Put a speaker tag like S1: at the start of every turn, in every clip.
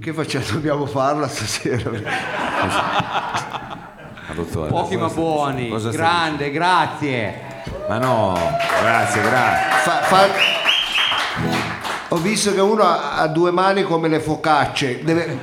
S1: Che facciamo? Dobbiamo farla stasera.
S2: dottore.
S3: Pochi ma
S2: cosa sta-
S3: buoni,
S2: cosa sta
S3: grande, grazie.
S2: dicendo? Ma no, grazie, grazie.
S1: Fa- fa- Ho visto che uno ha, ha due mani come le focacce, deve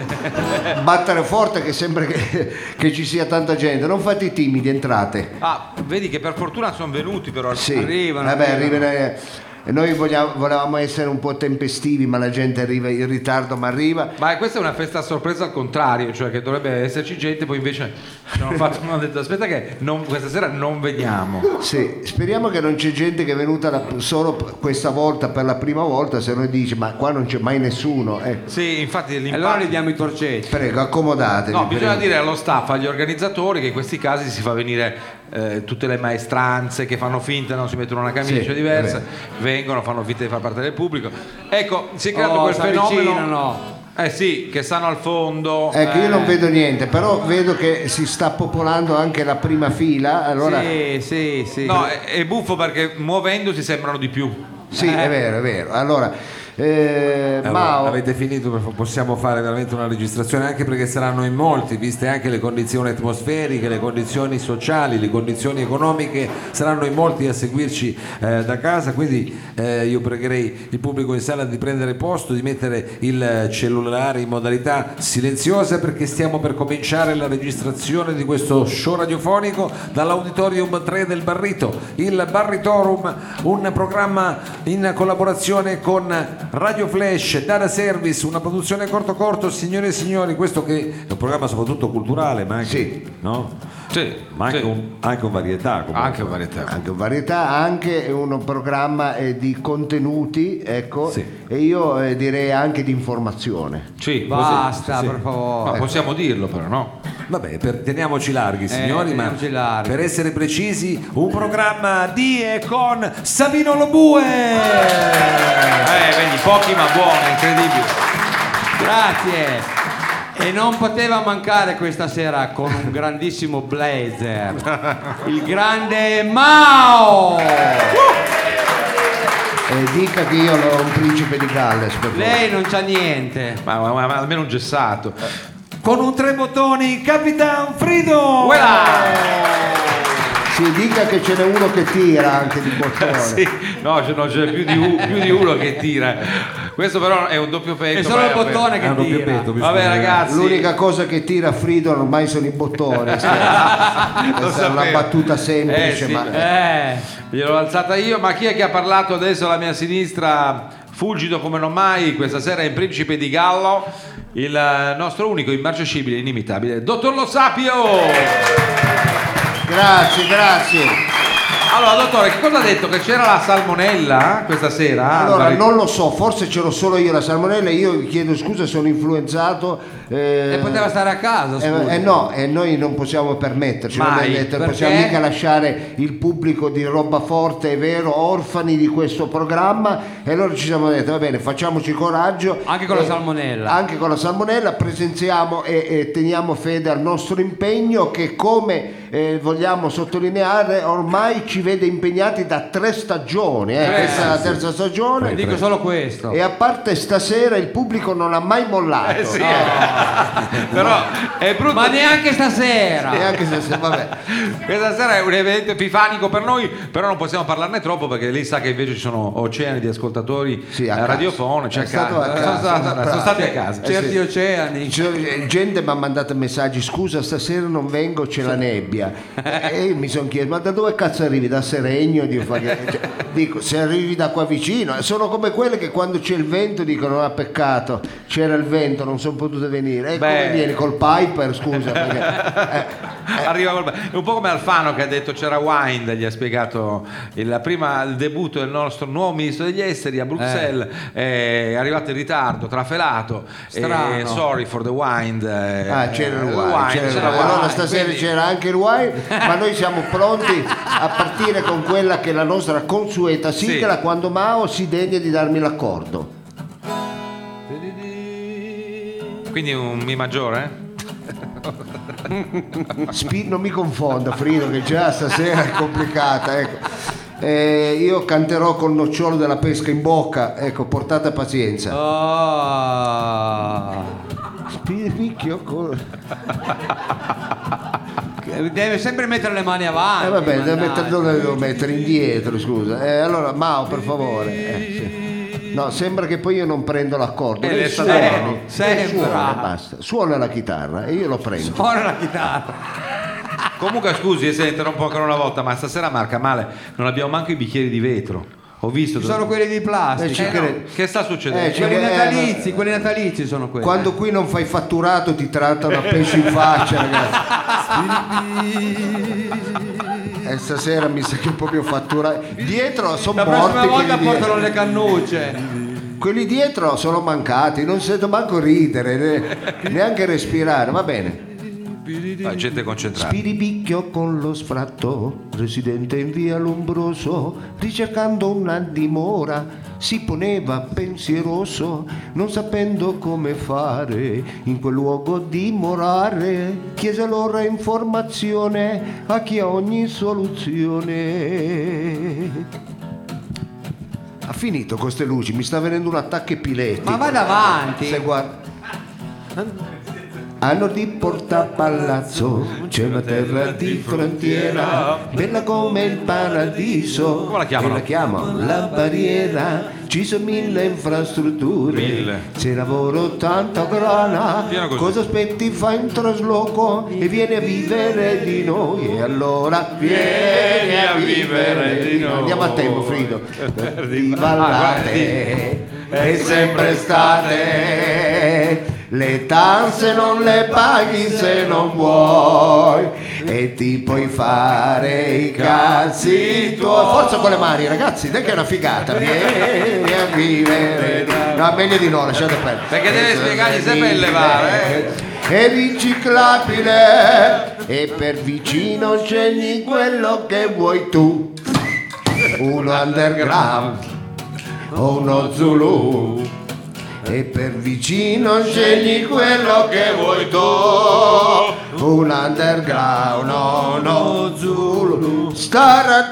S1: battere forte che sembra che, che ci sia tanta gente. Non fate i timidi, entrate.
S3: Ah, vedi che per fortuna sono venuti però,
S1: Sì.
S3: arrivano.
S1: Vabbè,
S3: arrivano.
S1: arrivano. E Noi vogliamo- volevamo essere un po' tempestivi, ma la gente arriva in ritardo, ma arriva.
S3: Ma questa è una festa a sorpresa al contrario, cioè che dovrebbe esserci gente, poi invece ci hanno fatto, mi hanno detto aspetta che non- questa sera non veniamo.
S1: Sì, speriamo che non c'è gente che è venuta la- solo p- questa volta per la prima volta, se no dice ma qua non c'è mai nessuno. Ecco.
S3: Sì, infatti l'impatto...
S4: Allora gli diamo i torcetti.
S1: Prego, accomodatevi.
S3: No, bisogna
S1: prego.
S3: dire allo staff, agli organizzatori che in questi casi si fa venire eh, tutte le maestranze che fanno finta, non si mettono una camicia
S1: Sì,
S3: diversa,
S1: è
S3: vengono, fanno finta di far parte del pubblico. Ecco, si è creato
S4: Oh,
S3: quel
S4: si
S3: fenomeno.
S4: avvicinano.
S3: Eh sì, che stanno al fondo.
S1: Ecco, io non
S3: eh,
S1: vedo niente, però vedo che si sta popolando anche la prima fila, allora sì,
S4: Sì, sì, sì.
S3: eh. No, è, è buffo perché muovendosi sembrano di più.
S1: è vero, è vero. Allora, eh,
S2: Allora,
S1: Mao,
S2: Avete finito, per fa- possiamo fare veramente una registrazione anche perché saranno in molti, viste anche le condizioni atmosferiche, le condizioni sociali, le condizioni economiche, saranno in molti a seguirci eh, da casa, quindi eh, io pregherei il pubblico in sala di prendere posto, di mettere il cellulare in modalità silenziosa perché stiamo per cominciare la registrazione di questo show radiofonico dall'Auditorium 3 del Barrito, il Barritorum, un programma in collaborazione con Radio Flash, Data Service, una produzione corto corto, signore e signori, questo che è un programma soprattutto culturale, ma anche,
S1: Sì.
S2: no?
S3: Sì,
S2: ma anche,
S3: sì.
S2: un, anche un varietà. comunque.
S3: Anche varietà.
S1: anche varietà, anche un programma eh, di contenuti, ecco,
S2: Sì.
S1: e io eh, direi anche di informazione.
S3: Sì,
S4: Basta,
S2: sì, sì.
S4: per favore.
S3: Ma possiamo dirlo però, no?
S2: Vabbè, per- teniamoci larghi, signori, ma
S4: teniamoci larghi.
S2: per essere precisi, un programma di e con Savino Lobue.
S3: Eh, vedi, pochi ma buoni, incredibile.
S4: Grazie. E non poteva mancare questa sera con un grandissimo blazer, il grande Mao.
S1: Eh, dica che io ho un principe di Galles, per favore.
S4: Lei non c'ha niente.
S3: Ma, ma- ma- ma almeno un gessato.
S2: Con un tre bottoni, Capitan Frido.
S1: Si dica che ce n'è uno che tira anche di bottone.
S3: Sì, no, c'è, no, c'è più, di u- più di uno che tira. Questo però è un doppio petto. eh,
S4: È solo
S3: ma
S4: il bottone
S2: È
S4: che
S2: un doppio
S4: tira.
S2: petto, eh. bisogna-
S3: Vabbè ragazzi,
S1: L'unica cosa che tira Frido ormai sono i bottoni. Questa è una
S3: sapevo.
S1: battuta semplice,
S3: Eh, sì.
S1: ma
S4: Eh,
S3: gliel'ho alzata io, ma chi è che ha parlato adesso alla mia sinistra? Fulgido come non mai, questa sera in Principe di Gallo, il eh, nostro unico, immarcescibile, inimitabile, Dottor Lo Sapio!
S1: grazie, grazie.
S3: Allora, dottore, che cosa ha detto? Che c'era la salmonella questa sera?
S1: Allora,
S3: Barito?
S1: non lo so, forse ce l'ho solo io la salmonella, io vi chiedo scusa, sono influenzato. eh,
S4: e poteva stare a casa,
S1: eh,
S4: scusa.
S1: eh, no, e noi non possiamo permetterci, non
S3: Mai,
S1: è detto,
S4: perché?
S1: possiamo mica lasciare il pubblico di roba forte, è vero, orfani di questo programma e allora ci siamo detti, va bene, facciamoci coraggio.
S4: Anche con la
S1: Eh,
S4: salmonella.
S1: Anche con la salmonella presenziamo e, e teniamo fede al nostro impegno che come eh, vogliamo sottolineare ormai ci vede impegnati da tre stagioni, eh, questa è la terza stagione.
S4: Dico solo questo.
S1: E a parte stasera il pubblico non ha mai mollato.
S3: Eh sì, però è brutto.
S4: Ma neanche stasera.
S1: E anche Eh, se, vabbè.
S3: Questa sera è un evento epifanico per noi, però non possiamo parlarne troppo perché lei sa che invece ci sono oceani di ascoltatori
S1: Sì, a
S3: eh,
S1: casa.
S3: radiofonici,
S1: È
S3: a
S1: stato
S3: casa.
S1: a casa,
S3: sono,
S1: una
S3: stati- sono
S1: pratica.
S3: stati a casa.
S1: Eh,
S4: Certi
S1: sì.
S4: oceani.
S3: cioè,
S1: C'è- eh, Gente mi ha mandato messaggi, scusa stasera non vengo, c'è la nebbia. E io mi sono chiesto, ma da dove cazzo arrivi? Da Seregno? Dico, fa che- cioè, dico, se arrivi da qua vicino, sono come quelle che quando c'è il vento dicono, ah peccato, c'era il vento, non sono potuto venire. E
S3: Beh.
S1: come vieni col Piper, scusa? perché- eh,
S3: Arriva col- è un po' come Alfano che ha detto c'era Wind, gli ha spiegato il, prima, il debutto del nostro nuovo ministro degli esteri a Bruxelles, eh, è arrivato in ritardo, trafelato,
S4: Strano.
S3: eh, sorry for the Wind. eh,
S1: Ah, c'era il
S3: eh,
S1: wine,
S3: wine,
S1: c'era il
S3: c'era
S1: wine.
S3: wine,
S1: Allora stasera
S3: quindi-
S1: c'era anche il wine, ma noi siamo pronti a partire con quella che è la nostra consueta sigla quando Mao si degna di darmi l'accordo.
S3: Quindi un Mi maggiore? eh?
S1: Spi- non mi confonda Frido che già stasera è complicata ecco. Eh, io canterò col nocciolo della pesca in bocca ecco portate pazienza
S4: Oh.
S1: Occhio con...
S3: Deve sempre mettere le mani avanti.
S1: Eh vabbè, devo
S3: mannaggia.
S1: mettere, dove devo mettere? Indietro, scusa. Eh, allora, Mao, per favore. Eh, sì. No, sembra che poi io non prendo l'accordo.
S4: Eh,
S1: Lei
S4: le sta
S1: suoni,
S4: dando.
S1: lei
S3: Sembra.
S1: suona, basta. Suona la chitarra e io lo prendo.
S3: Suona la chitarra.
S4: Comunque,
S3: eh,
S4: scusi, se interrompo ancora una volta, ma stasera marca male, non abbiamo manco i bicchieri di vetro. Ho visto.
S3: Ci sono quelli di
S1: Eh,
S3: plastica.
S1: ci
S3: Eh, no.
S1: credo.
S4: Che sta
S1: Eh,
S4: succedendo?
S1: ci-
S3: Quelli
S1: Eh,
S3: natalizi, quelli natalizi sono quelli.
S1: Quando qui non fai fatturato ti trattano a pesci in faccia, ragazzi. E stasera mi sa che proprio fatturato. Dietro sono
S3: La prossima
S1: morti
S3: volta
S1: quelli
S3: portano
S1: dietro.
S3: le cannucce.
S1: Quelli dietro sono mancati, non sento manco ridere, ne- neanche respirare, va bene.
S4: La gente è concentrata.
S1: Spiribicchio con lo sfratto, residente in via Lombroso, ricercando una dimora, si poneva pensieroso, non sapendo come fare in quel luogo dimorare. Chiese allora informazione a chi ha ogni soluzione. Ha finito con queste luci, mi sta venendo un attacco epilettico.
S3: Ma vada avanti.
S1: Se guarda- Anno di Porta Palazzo c'è una terra di frontiera, bella come il paradiso.
S4: Come la chiamano?
S1: E La chiamano la barriera. Ci sono mille infrastrutture,
S4: Mille.
S1: c'è lavoro, tanta grana.
S4: Piano così.
S1: Cosa aspetti? Fa in trasloco e vieni a vivere di noi. E allora vieni a vivere di noi. Andiamo a tempo, Frido. Di
S4: Ah,
S1: ballate è sempre estate. Le tasse non le paghi se non vuoi e ti puoi fare i cazzi tuoi. Forza con le mani, ragazzi, dai che è una figata. Vieni a vivere. No, meglio di no, lasciate perdere.
S4: Perché deve spiegargli sempre il levare,
S1: È riciclabile e per vicino c'è lì quello che vuoi tu. Uno underground o uno Zulu. E per vicino scegli quello che vuoi tu, un underground, no, no, Zulu, star a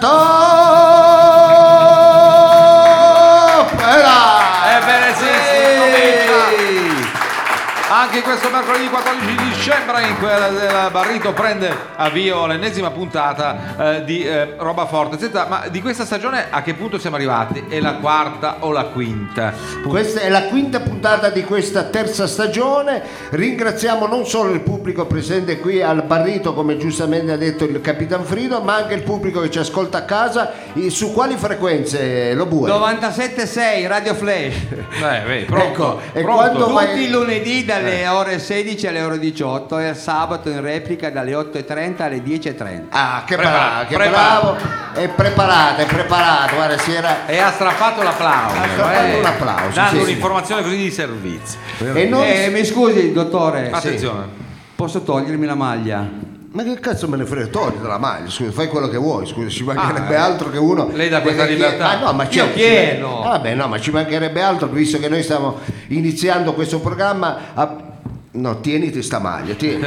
S1: top! E là!
S4: Ebbene sì, si comincia. Anche questo mercoledì 14 dicembre in quella della Barrito prende avvio l'ennesima puntata eh, di eh, Roba Forte. Senta, ma di questa stagione a che punto siamo arrivati? È la quarta o la quinta?
S1: Questa è la quinta puntata di questa terza stagione. Ringraziamo non solo il pubblico presente qui al Barrito, come giustamente ha detto il Capitan Frido, ma anche il pubblico che ci ascolta a casa. I- Su quali frequenze eh, lo bue?
S3: 97.6 Radio Flash.
S4: Eh, vedi, pronto,
S1: Ecco, e
S4: pronto.
S1: quando- Eh. Ma-
S3: Tutti i lunedì dalle ore 16 alle ore 18 e il sabato in replica dalle 8.30 alle 10.30.
S1: Ah, che
S4: Prepara-
S1: bravo, che
S4: preparato.
S1: bravo. È preparato, è preparato. Guarda, si era...
S4: Eh, E ha strappato l'applauso.
S1: Ha strappato
S4: eh.
S1: un applauso,
S4: Dando
S1: sì.
S4: un'informazione così di servizio.
S1: E noi...
S3: Eh, mi scusi, dottore,
S4: Attenzione.
S3: posso togliermi la maglia?
S1: Ma che cazzo me ne frega? Togli dalla maglia, scusa, fai quello che vuoi, scusa, ci mancherebbe altro che uno.
S4: Ah, eh. lei dà questa
S1: deve chied-
S4: libertà.
S1: Ma no, ma
S3: Io
S1: certo, ci
S3: chiedo.
S1: man- Vabbè, no, ma ci mancherebbe altro, visto che noi stiamo iniziando questo programma a- No, tieniti sta maglia, tieni.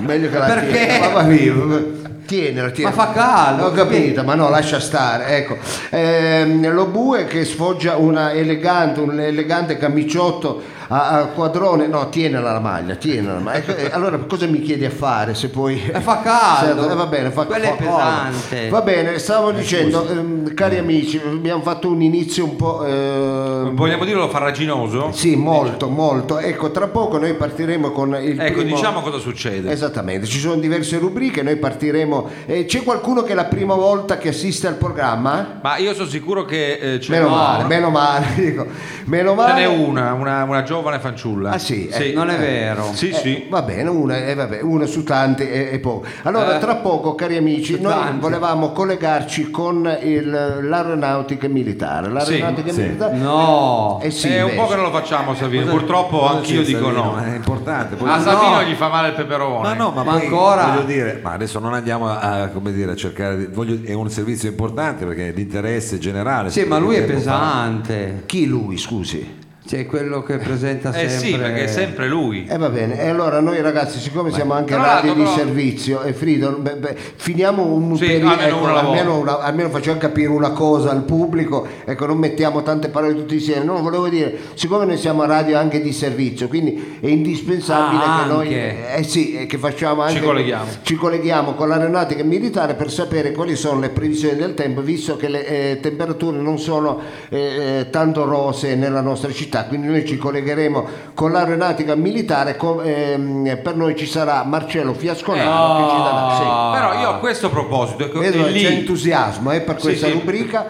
S1: Meglio che la
S3: Perché?
S1: tieni. Mamma mia, mamma- Tienila, tienila.
S3: fa caldo,
S1: Ho capito, ma no, lascia stare. Ecco. Ehm, lo bue che sfoggia una elegante, un elegante camiciotto a, a quadrone. No, tienila la maglia, tienila. Ma ecco, eh, allora cosa mi chiedi a fare se poi
S3: Eh, fa caldo.
S1: Certo, eh, va bene, fa,
S3: Quello è
S1: fa comodo.
S3: pesante. Eh,
S1: Va bene, stavo dicendo, ehm, cari amici, abbiamo fatto un inizio un po'. ehm,
S4: Vogliamo dirlo farraginoso?
S1: sì, molto, molto. Ecco, tra poco noi partiremo con il
S4: Ecco,
S1: primo- Eh.
S4: diciamo cosa succede.
S1: Esattamente, ci sono diverse rubriche, noi partiremo. eh, c'è qualcuno che è la prima volta che assiste al programma?
S4: Ma io sono sicuro che eh, ce
S1: Meno
S4: no,
S1: male,
S4: no.
S1: meno male, dico. Meno
S4: Ce
S1: male.
S4: n'è una, una, una giovane fanciulla.
S1: Ah, sì, eh,
S3: Non è vero.
S4: Sì,
S1: Eh,
S4: sì.
S1: Va bene, una, eh, vabbè, una su tante e, e poco. Allora,
S3: Eh.
S1: tra poco, cari amici,
S3: Su
S1: noi
S3: tanti.
S1: volevamo collegarci con il- l'aeronautica militare. L'aeronautica
S5: Sì, sì.
S1: militare.
S3: No.
S1: Eh sì,
S4: è un
S1: invece.
S4: po' che non lo facciamo, Savino. Purtroppo
S5: Cosa
S4: anch'io
S5: c'è,
S4: dico
S5: Savino?
S4: no. Ah,
S5: È importante.
S2: Eh,
S5: poi-
S4: A Savino
S3: no.
S4: gli fa male il peperone.
S5: Ma no, ma,
S3: Ma
S5: poi,
S3: ancora?
S5: voglio dire, ma adesso non andiamo a, a, come dire, a cercare di, voglio- è un servizio
S2: Eh,
S5: importante perché è di interesse generale.
S1: Eh.
S3: Sì, ma lui è
S5: Tempo fa.
S3: pesante.
S1: Chi lui, scusi?
S3: C'è quello che presenta
S4: Eh
S3: sempre.
S4: sì, perché è sempre lui.
S1: E Eh, va bene, e allora noi ragazzi, siccome siamo anche
S4: Tra
S1: radio
S4: l'altro,
S1: di
S4: però-
S1: servizio e Frido, beh, beh, finiamo un
S4: Sì,
S1: periodo- ecco,
S4: almeno una alla
S1: almeno, una- almeno facciamo capire una cosa al pubblico, ecco, non mettiamo tante parole tutti insieme. No, volevo dire, siccome noi siamo radio anche di servizio, quindi è indispensabile
S3: Ah,
S1: che noi
S3: anche.
S1: eh sì, eh, che facciamo anche
S4: colleghiamo.
S1: ci colleghiamo con l'aeronautica militare per sapere quali sono le previsioni del tempo, visto che le eh, temperature non sono eh, eh, tanto rose nella nostra città. Quindi noi ci collegheremo con l'aeronautica militare. con- ehm, per noi ci sarà Marcello Fiascolano che ci darà. sì.
S4: Però io a questo proposito, ecco,
S1: Vedo
S4: Eh. Ah. è
S1: che c'è
S4: lì.
S1: entusiasmo eh, per
S4: Sì,
S1: questa
S4: sì.
S1: rubrica.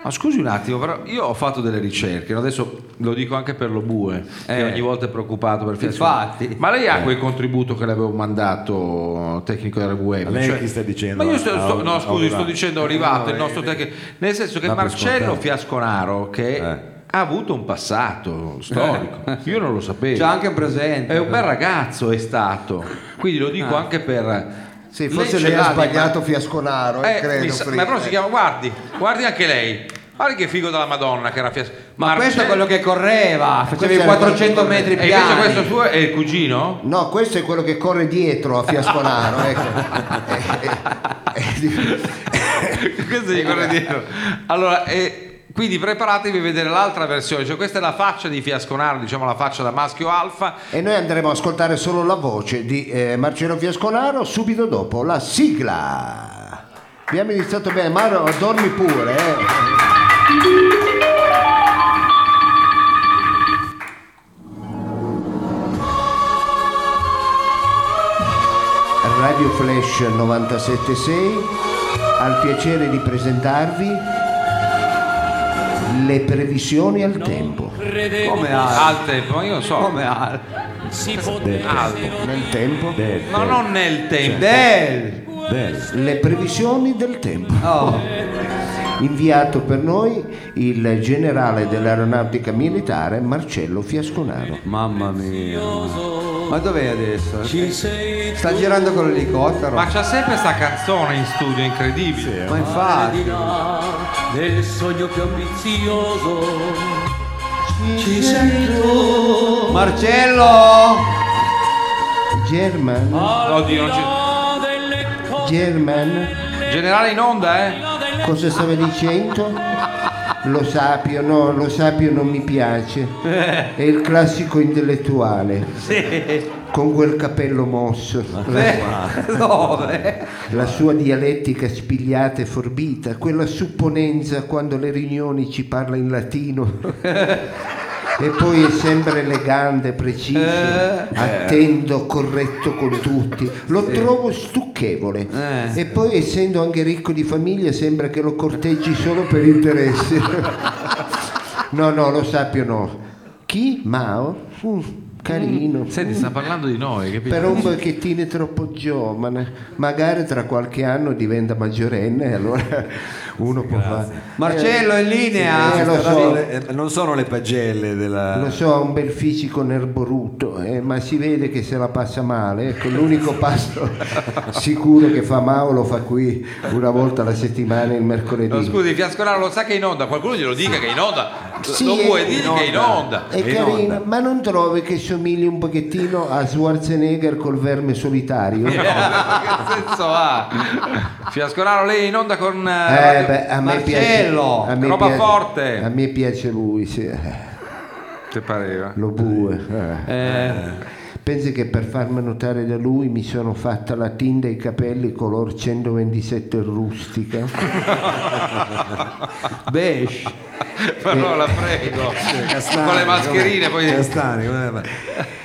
S4: Ma scusi un attimo, però io ho fatto delle ricerche, no? adesso lo dico anche per lo bue, che
S3: Eh.
S4: ogni volta è preoccupato per Fiasco.
S3: Infatti.
S4: Ma lei ha quel contributo che le avevo mandato tecnico della web?
S2: Lei chi sta dicendo?
S4: Ma io sto,
S2: Ah,
S4: sto- no,
S2: ah,
S4: scusi, sto
S2: Olivato.
S4: dicendo arrivato il nostro tecnico. Nel senso che
S5: Dà per
S4: Marcello
S5: scontato.
S4: Fiasconaro che
S5: Eh.
S4: ha avuto un passato storico, io non lo sapevo.
S3: C'è anche un presente.
S4: È un bel ragazzo è stato, quindi lo dico anche per...
S1: Sì, forse
S4: ce
S1: lei ha
S4: l'ha di-
S1: sbagliato Fiasconaro, eh,
S4: eh,
S1: credo.
S4: mi sa-
S1: Frida.
S4: ma però si chiama, guardi, guardi anche lei. Guardi che figo della Madonna che era Fias-
S3: Ma
S4: Marcello-
S3: questo è quello che correva, faceva i
S1: Questo è
S3: 400
S1: quello che
S3: metri
S1: correva.
S4: E Eh, invece
S3: piani.
S4: questo suo è il cugino?
S1: No, questo è quello che corre dietro a Fiasconaro. ecco. Eh, eh, eh,
S4: questo gli corre dietro. Allora, eh, quindi preparatevi a vedere l'altra versione. Cioè, questa è la faccia di Fiasconaro, diciamo la faccia da maschio alfa.
S1: E noi andremo ad ascoltare solo la voce di eh, Marcello Fiasconaro subito dopo la sigla. Abbiamo iniziato bene, Mario, dormi pure. eh. Radio Flash 976 ha il piacere di presentarvi le previsioni al tempo.
S6: Credevo
S3: Come ha?
S4: Al tempo, ma io non so.
S3: Ah. Come ha?
S6: si potessero
S1: Nel tempo?
S2: Del,
S4: Ma non nel tempo.
S3: Del!
S2: del.
S1: Le previsioni del tempo.
S3: Oh.
S1: inviato per noi il generale dell'aeronautica militare Marcello Fiasconaro.
S3: Mamma mia. Ma dov'è adesso? Eh,
S6: ci sei
S3: Sta girando con l'elicottero.
S4: Ma c'ha sempre sta canzone in studio, incredibile.
S3: Ma infatti.
S6: di là del sogno più ambizioso ci sei tu
S3: Marcello!
S1: German,
S4: Oddio, non c'è-
S6: là delle cose
S1: German,
S4: Generale in onda, eh?
S6: là delle
S1: cosa stava dicendo? Lo sapio, no, lo sapio non mi piace. È il classico intellettuale. Con quel capello mosso, la,
S3: Eh, Dove?
S1: la sua dialettica spigliata e forbita, quella supponenza quando alle riunioni ci parla in latino. E poi è sempre elegante, preciso, attento, corretto con tutti. Lo trovo stucchevole.
S3: Eh.
S1: E poi essendo anche ricco di famiglia sembra che lo corteggi solo per interesse. no, no, lo sappio no. Chi? Mao? Mm, carino.
S4: Senti, sta parlando di noi, capito?
S1: Però un pochettino è troppo giovane, magari tra qualche anno diventa maggiorenne e allora uno può fare.
S3: Marcello è in linea!
S1: Eh, lo
S2: Però
S1: so.
S2: le- eh, non sono le pagelle della... Eh,
S1: Lo so, ha un bel fisico nerboruto, eh, ma si vede che se la passa male. Ecco, l'unico passo sicuro che fa Mao lo fa qui una volta alla settimana, il mercoledì.
S4: No, scusi, Fiascolaro lo sa che è in onda, qualcuno glielo dica che è in onda.
S1: Sì,
S4: lo
S1: è
S4: vuoi
S1: in
S4: dire che è in onda?
S1: È carino, ma non trovi che somigli un pochettino a Schwarzenegger col verme solitario?
S4: che senso ha? Fiascolaro, lei è in onda con... eh,
S1: Eh, beh, a me piace,
S3: Marcello,
S1: a me
S4: roba
S1: piace-
S4: forte.
S1: A me piace lui, sì. eh,
S4: Che pareva?
S1: lo bue. eh. Pensi che per farmi notare da lui mi sono fatta la tinta ai capelli color 127 rustica?
S3: Besh.
S1: Eh.
S4: Però la prego. con le mascherine poi... Eh,
S2: Castani, guarda.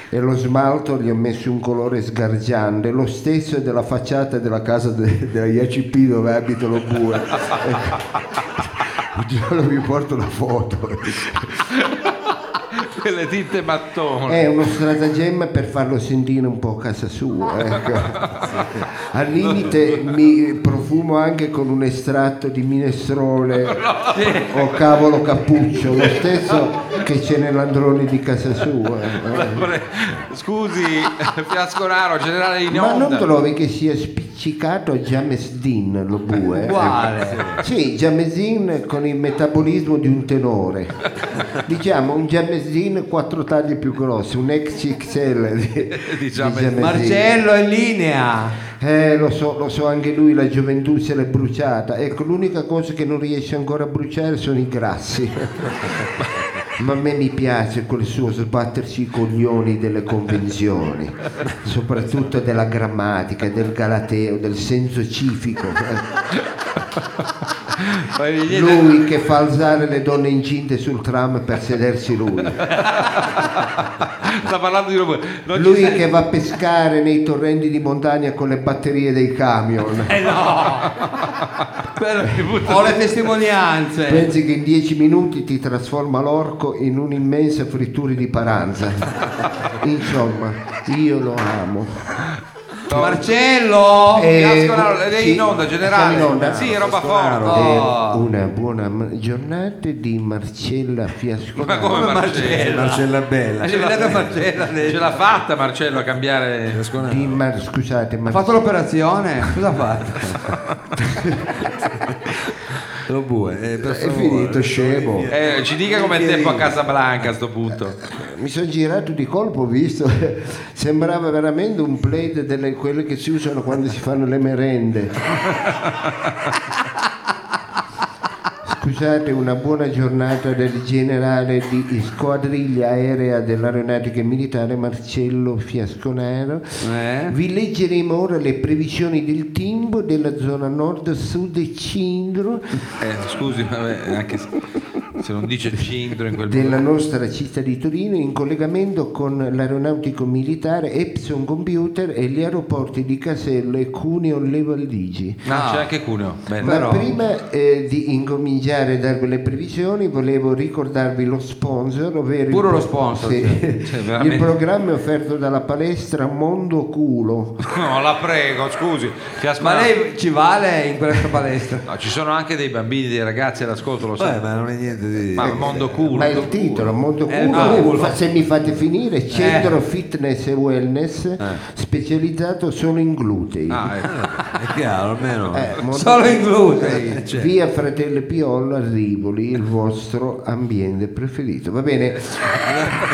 S1: e lo smalto gli ho messo un colore sgargiante, lo stesso della facciata della casa de- della IACP dove abito lo bue. Un giorno vi porto la foto.
S4: Quelle tinte mattone.
S1: È uno stratagemma per farlo sentire un po' a casa sua. Ecco. Al limite mi profumo anche con un estratto di minestrone o cavolo cappuccio, lo stesso che c'è nell'androne di casa sua. eh.
S4: Scusi, Fiascolaro, generale in
S1: Ma non
S4: onda.
S1: trovi che sia spicciante Ciccato Jamezdin lo bue.
S4: Eh,
S3: Uguale.
S1: Sì, Jamezdin con il metabolismo di un tenore. Diciamo un Jamezdin quattro tagli più grossi, un XXL di, di Jamezdin.
S3: Marcello è in linea.
S1: Eh, lo so, lo so, anche lui la gioventù se l'è bruciata. Ecco, l'unica cosa che non riesce ancora a bruciare sono i grassi. Ma a me mi piace quel suo sbattersi i coglioni delle convenzioni, soprattutto della grammatica, del galateo, del senso civico. Lui che fa alzare le donne incinte sul tram per sedersi lui.
S4: Sta parlando di roba. Non ci
S1: Lui
S4: sei-
S1: che va a pescare nei torrenti di montagna con le batterie dei camion.
S3: Eh no! Quello- Ho le testimonianze.
S1: Pensi che in dieci minuti ti trasforma l'orco in un'immensa frittura di paranza. Insomma, io lo amo.
S3: Marcello!
S1: Eh,
S4: Ascolano, Oh, lei in
S1: sì,
S4: onda
S1: siamo
S4: generale.
S1: in onda.
S4: Sì, roba
S2: Ascolano.
S4: forte.
S3: Oh.
S1: Eh, una buona m- giornata di Marcella
S4: Ma come
S1: Fiascolano.
S4: Marcello?
S2: Eh, Marcella Bella.
S4: Eh,
S2: Eh,
S3: Ci vedete Marcello?
S4: Ce l'ha fatta Marcello a cambiare.
S1: Di Mar- scusate,
S3: Ha
S1: ma
S3: fatto l'operazione? Cosa ha fatto?
S2: Lo bue. eh, per
S1: è
S2: favore.
S1: finito scemo.
S4: Eh, ci dica com'è il tempo a Casablanca a sto punto.
S1: Mi sono girato di colpo, ho visto, sembrava veramente un plate delle quelle che si usano quando si fanno le merende. Scusate, una buona giornata del generale di squadriglia aerea dell'aeronautica militare Marcello Fiasconaro.
S3: Eh?
S1: Vi leggeremo ora le previsioni del timbo della zona nord-sud e cindro
S4: Eh, scusi, vabbè, anche se se non dice cindro in quel modo.
S1: della nostra città di Torino in collegamento con l'aeronautico militare Epson Computer e gli aeroporti di Casello e Cuneo Levaldigi.
S4: No, c'è anche Cuneo. Bene.
S1: Ma prima eh, di incominciare a darvi le previsioni volevo ricordarvi lo sponsor, ovvero
S3: Puro
S1: il,
S3: lo sponsor,
S1: sì.
S4: Cioè,
S1: il
S4: veramente.
S1: programma è offerto dalla palestra Mondo Culo.
S4: No, la prego, scusi.
S3: Ma
S4: Fiasconaro-
S3: lei ci vale in questa palestra?
S4: No, ci sono anche dei bambini, dei ragazzi all'ascolto, lo so.
S2: Vabbè, ma non è niente di.
S4: ma mondo culo.
S1: Ma il titolo, Mondo
S3: Eh,
S1: Culo,
S3: culo.
S1: fa- se mi fate finire, Centro Fitness e Wellness specializzato solo in glutei.
S4: Ah, ecco.
S2: Eh, È chiaro, almeno.
S1: Eh, Mondo
S3: Solo in glutei.
S1: Eh, Via Fratello Piolla, Rivoli, il vostro ambiente preferito. Va
S3: Eh,
S1: bene,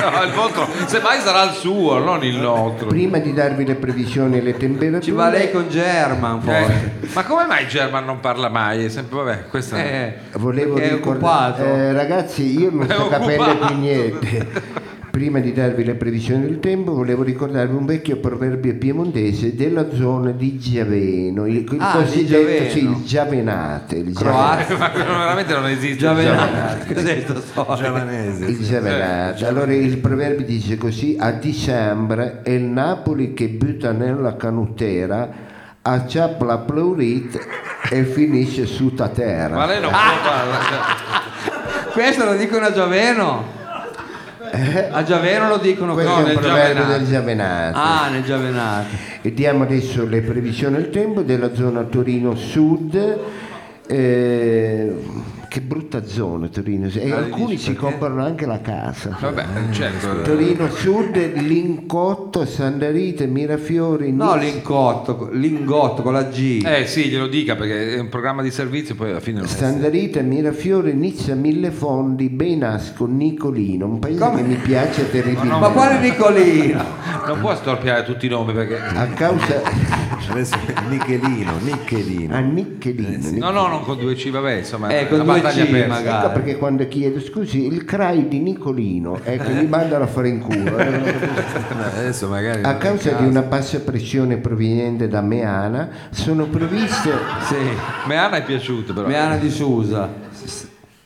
S4: No, il vostro, semmai sarà il suo, non il nostro.
S1: prima di darvi le previsioni e le temperature,
S3: Ci va lei con German forse.
S4: Eh, ma come mai German non parla mai? È sempre, vabbè, questa
S3: Eh,
S1: volevo
S3: perché è occupato.
S1: ricordare, Eh, ragazzi, io non
S4: È
S1: sto capendo
S4: occupato.
S1: più niente. Prima di darvi le previsioni del tempo, volevo ricordarvi un vecchio proverbio piemontese della zona di Giaveno, il, il
S3: Ah, di
S1: cosiddetto
S3: Giaveno.
S1: sì, il Giavenate, il Giavenate.
S3: Croazia.
S4: Ma quello veramente non esiste.
S3: Già vedete. Cos'è sta storia?
S1: Il
S2: Giavanese.
S3: eh, diciamo
S1: Giavenate. Allora il proverbio dice così, a dicembre è il Napoli che butta nella canutera, acciappa la pleurit e finisce su ta
S4: Ma
S1: terra.
S4: lei non può parlare.
S3: Questo lo dicono a Giaveno. A Giaveno lo dicono
S1: Eh. Questo
S3: no,
S1: è un
S3: nel
S1: proverbio
S3: Giavenato.
S1: del Giavenate.
S3: Ah, nel Giavenato.
S1: E diamo adesso le previsioni del tempo della zona Torino Sud. Eh, che brutta zona Torino. E alcuni si comprano anche la casa.
S4: cioè, Vabbè, certo.
S1: Torino Sud, Lincotto, Sandarite, Mirafiori,
S3: No,
S1: Nizza.
S3: lingotto, lingotto con la G.
S4: Eh sì, glielo dica perché è un programma di servizio, poi alla fine
S3: Eh,
S4: non è.
S1: Sandarita, Mirafiore, Nizza, Millefondi, Benasco, Nicolino, un paese
S3: Come?
S1: che mi piace terribilmente.
S3: Ma quale Nicolino?
S4: Non può storpiare tutti i nomi perché.
S1: A causa
S3: Eh,
S2: Adesso Nichelino, Nichelino.
S1: a Nichelino.
S4: No, no, non con due C, vabbè, insomma,
S3: Eh, con
S4: una
S3: due
S4: battaglia
S3: C,
S4: persa.
S3: magari.
S1: Ecco perché quando chiedo scusi il CRAI di Nicolino, ecco mi mandano a fare in culo. eh.
S2: Adesso
S3: Eh,
S2: magari.
S1: A causa di una bassa pressione proveniente da Meana sono previste
S3: Sì,
S4: Meana è piaciuto però.
S3: Meana di Susa.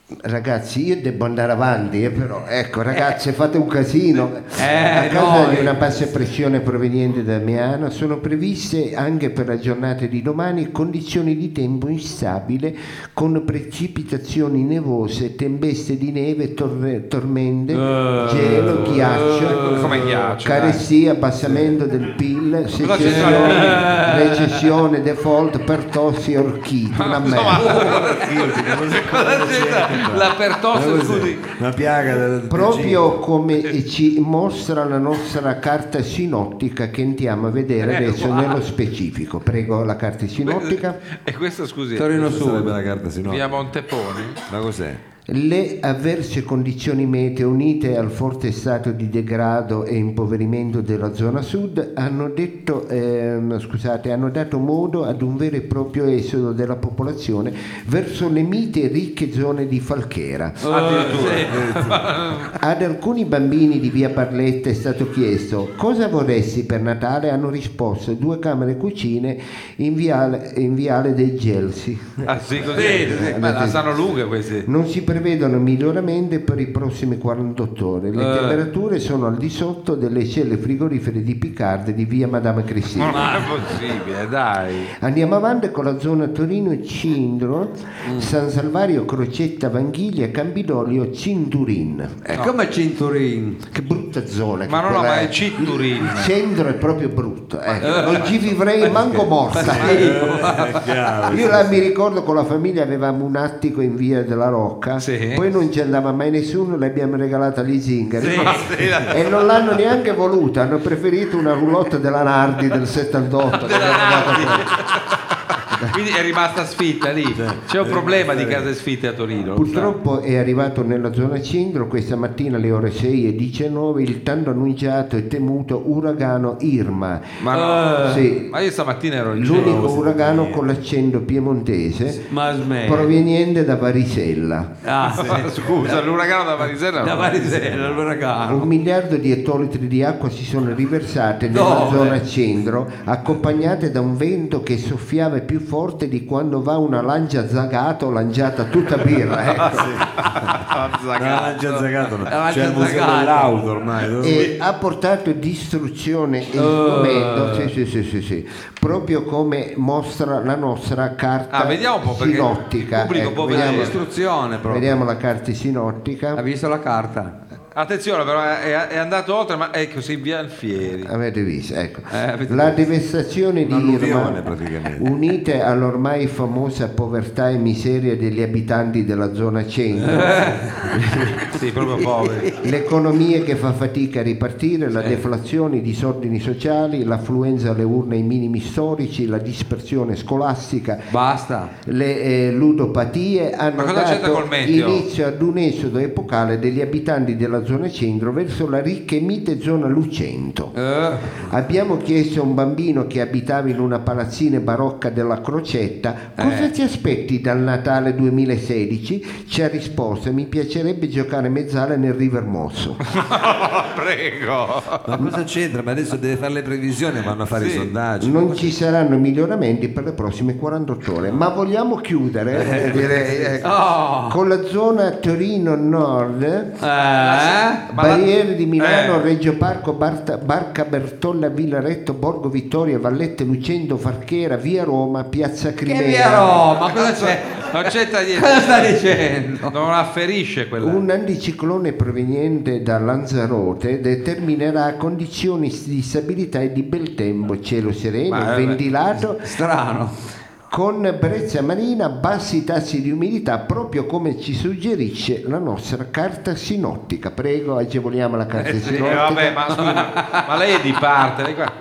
S1: Ragazzi, io devo andare avanti, eh, però ecco, ragazze, fate un casino.
S3: Eh,
S1: A causa
S3: no,
S1: di
S3: eh.
S1: una bassa pressione proveniente da Miano, sono previste anche per la giornata di domani condizioni di tempo instabile con precipitazioni nevose, tempeste di neve, torre- tormente,
S3: Eh.
S1: gelo, ghiaccio.
S4: Come ghiaccio.
S1: Carestia, abbassamento del PIL, secessione,
S3: Eh.
S4: c'è-
S1: recessione, default, pertossi, orchidi, una merda.
S4: Cosa c'entra? La pertosse,
S2: Ma cos'è?
S4: scusi.
S2: Una piaga del- del giro.
S1: Proprio come ci mostra la nostra carta sinottica che andiamo a vedere adesso nello specifico. Prego la carta sinottica.
S4: E questo, scusi,
S2: Torino su. Sarebbe la carta
S4: via
S2: sinottica.
S4: Monteponi.
S2: Ma cos'è?
S1: Le avverse condizioni meteo unite al forte stato di degrado e impoverimento della zona sud hanno, detto, ehm, scusate, hanno dato modo ad un vero e proprio esodo della popolazione verso le mite e ricche zone di Falchera. Ad alcuni bambini di via Barletta è stato chiesto cosa vorresti per Natale, hanno risposto due camere e cucine in viale, in viale dei Gelsi.
S4: Ah, sì, così. Ma la sanno lunga questi.
S1: Non si prevedono miglioramenti per i prossimi 48 ore. Le temperature sono al di sotto delle celle frigorifere di Picard di via Madame Cristina.
S4: Ma è possibile, dai.
S1: Andiamo avanti con la zona Torino Cindro, San Salvario, Crocetta, Vanghiglia, Campidoglio, Cinturin.
S2: È come cinturin.
S1: Che brutta zona.
S4: Ma
S1: che
S4: no, no,
S1: quella
S4: ma
S1: è.
S4: è Cinturin.
S1: Il centro è proprio brutto. ecco. Non ci vivrei manco morta.
S2: È
S4: Ah,
S2: chiaro.
S1: Io là mi ricordo con la famiglia avevamo un attico in via della Rocca,
S4: Sì.
S1: poi non ci andava mai nessuno, l'abbiamo regalata agli zingari
S4: Sì, la-
S1: e non l'hanno neanche voluta, hanno preferito una roulotte della Nardi del 78.
S4: Quindi è rimasta sfitta lì. C'è un problema di case sfitte a Torino. lo
S1: Purtroppo è arrivato nella zona Cindro questa mattina alle ore 6 e 19 il tanto annunciato e temuto uragano Irma.
S4: sa. Ma, no. Eh.
S1: Sì,
S4: Ma io stamattina ero in giro.
S1: l'unico uragano con l'accento piemontese
S3: Ma smetti.
S1: proveniente da Varisella.
S3: Ah,
S4: Ma Scusa, l'uragano da Varisella.
S3: da Varisella, l'uragano.
S4: Ah.
S1: Un miliardo di ettolitri di acqua si sono riversate nella
S3: Dove?
S1: zona centro, accompagnate da un vento che soffiava più forte di quando va una lancia zagato lanciata tutta birra. ecco.
S2: No, lancia zagato. no.
S3: Lancia
S2: C'è il museo
S3: zagato.
S2: dell'auto ormai. dove-
S1: e ha portato distruzione e
S4: Oh.
S1: sgomento, sì, sì, sì, sì, sì. proprio come mostra la nostra carta
S4: Ah, vediamo un po' perché
S1: sinottica. ecco,
S4: il pubblico può vedere.
S1: vediamo,
S3: Istruzione proprio.
S1: vediamo la carta
S3: Ha
S1: sinottica.
S3: visto la carta?
S4: Attenzione, però eh, è, è andato oltre, ma è così via Alfieri.
S1: Avete visto, ecco.
S4: Eh,
S3: avete
S1: la devastazione di
S2: Un'alluvione,
S1: Irma,
S2: praticamente.
S1: unite all'ormai famosa povertà e miseria degli abitanti della zona centro,
S4: Sì, proprio poveri.
S1: L'economia che fa fatica a ripartire, la deflazione, i disordini sociali, l'affluenza alle urne ai minimi storici, la dispersione scolastica,
S3: Basta.
S1: le eh, ludopatie hanno
S4: cosa c'entra
S1: dato
S4: col meteo?
S1: inizio ad un esodo epocale degli abitanti della zona centro verso la ricca e mite zona Lucento.
S3: Eh,
S1: Abbiamo chiesto a un bambino che abitava in una palazzina barocca della Crocetta cosa ti aspetti dal Natale 2016? Ci ha risposto mi piacerebbe giocare mezz'ala nel River Mosso.
S4: Prego.
S2: Ma cosa c'entra? Ma adesso deve fare le previsioni, vanno a fare i sondaggi.
S1: Non ci saranno miglioramenti per le prossime 48 ore, ma vogliamo chiudere eh, direi, ecco,
S3: Oh.
S1: con la zona Torino Nord.
S3: eh?
S4: Ma la-
S1: Barriere di Milano,
S4: Eh.
S1: Reggio Parco, Barta- Barca Bertolla, Villaretto, Borgo Vittoria, Vallette, Lucendo, Farchera, Via Roma, Piazza
S3: Che
S1: Crimea.
S3: vero, ma cosa c'è?
S4: Non c'entra niente.
S3: Cosa sta dicendo?
S4: Non afferisce quella.
S1: Un anticiclone proveniente da Lanzarote determinerà condizioni di stabilità e di bel tempo, cielo sereno,
S4: Ma, eh,
S1: ventilato,
S3: Strano.
S1: con brezza marina, bassi tassi di umidità, proprio come ci suggerisce la nostra carta sinottica. Prego, agevoliamo la carta
S4: Eh sì,
S1: sinottica.
S4: vabbè, ma, scusi, ma- ma lei è di parte. lei qua-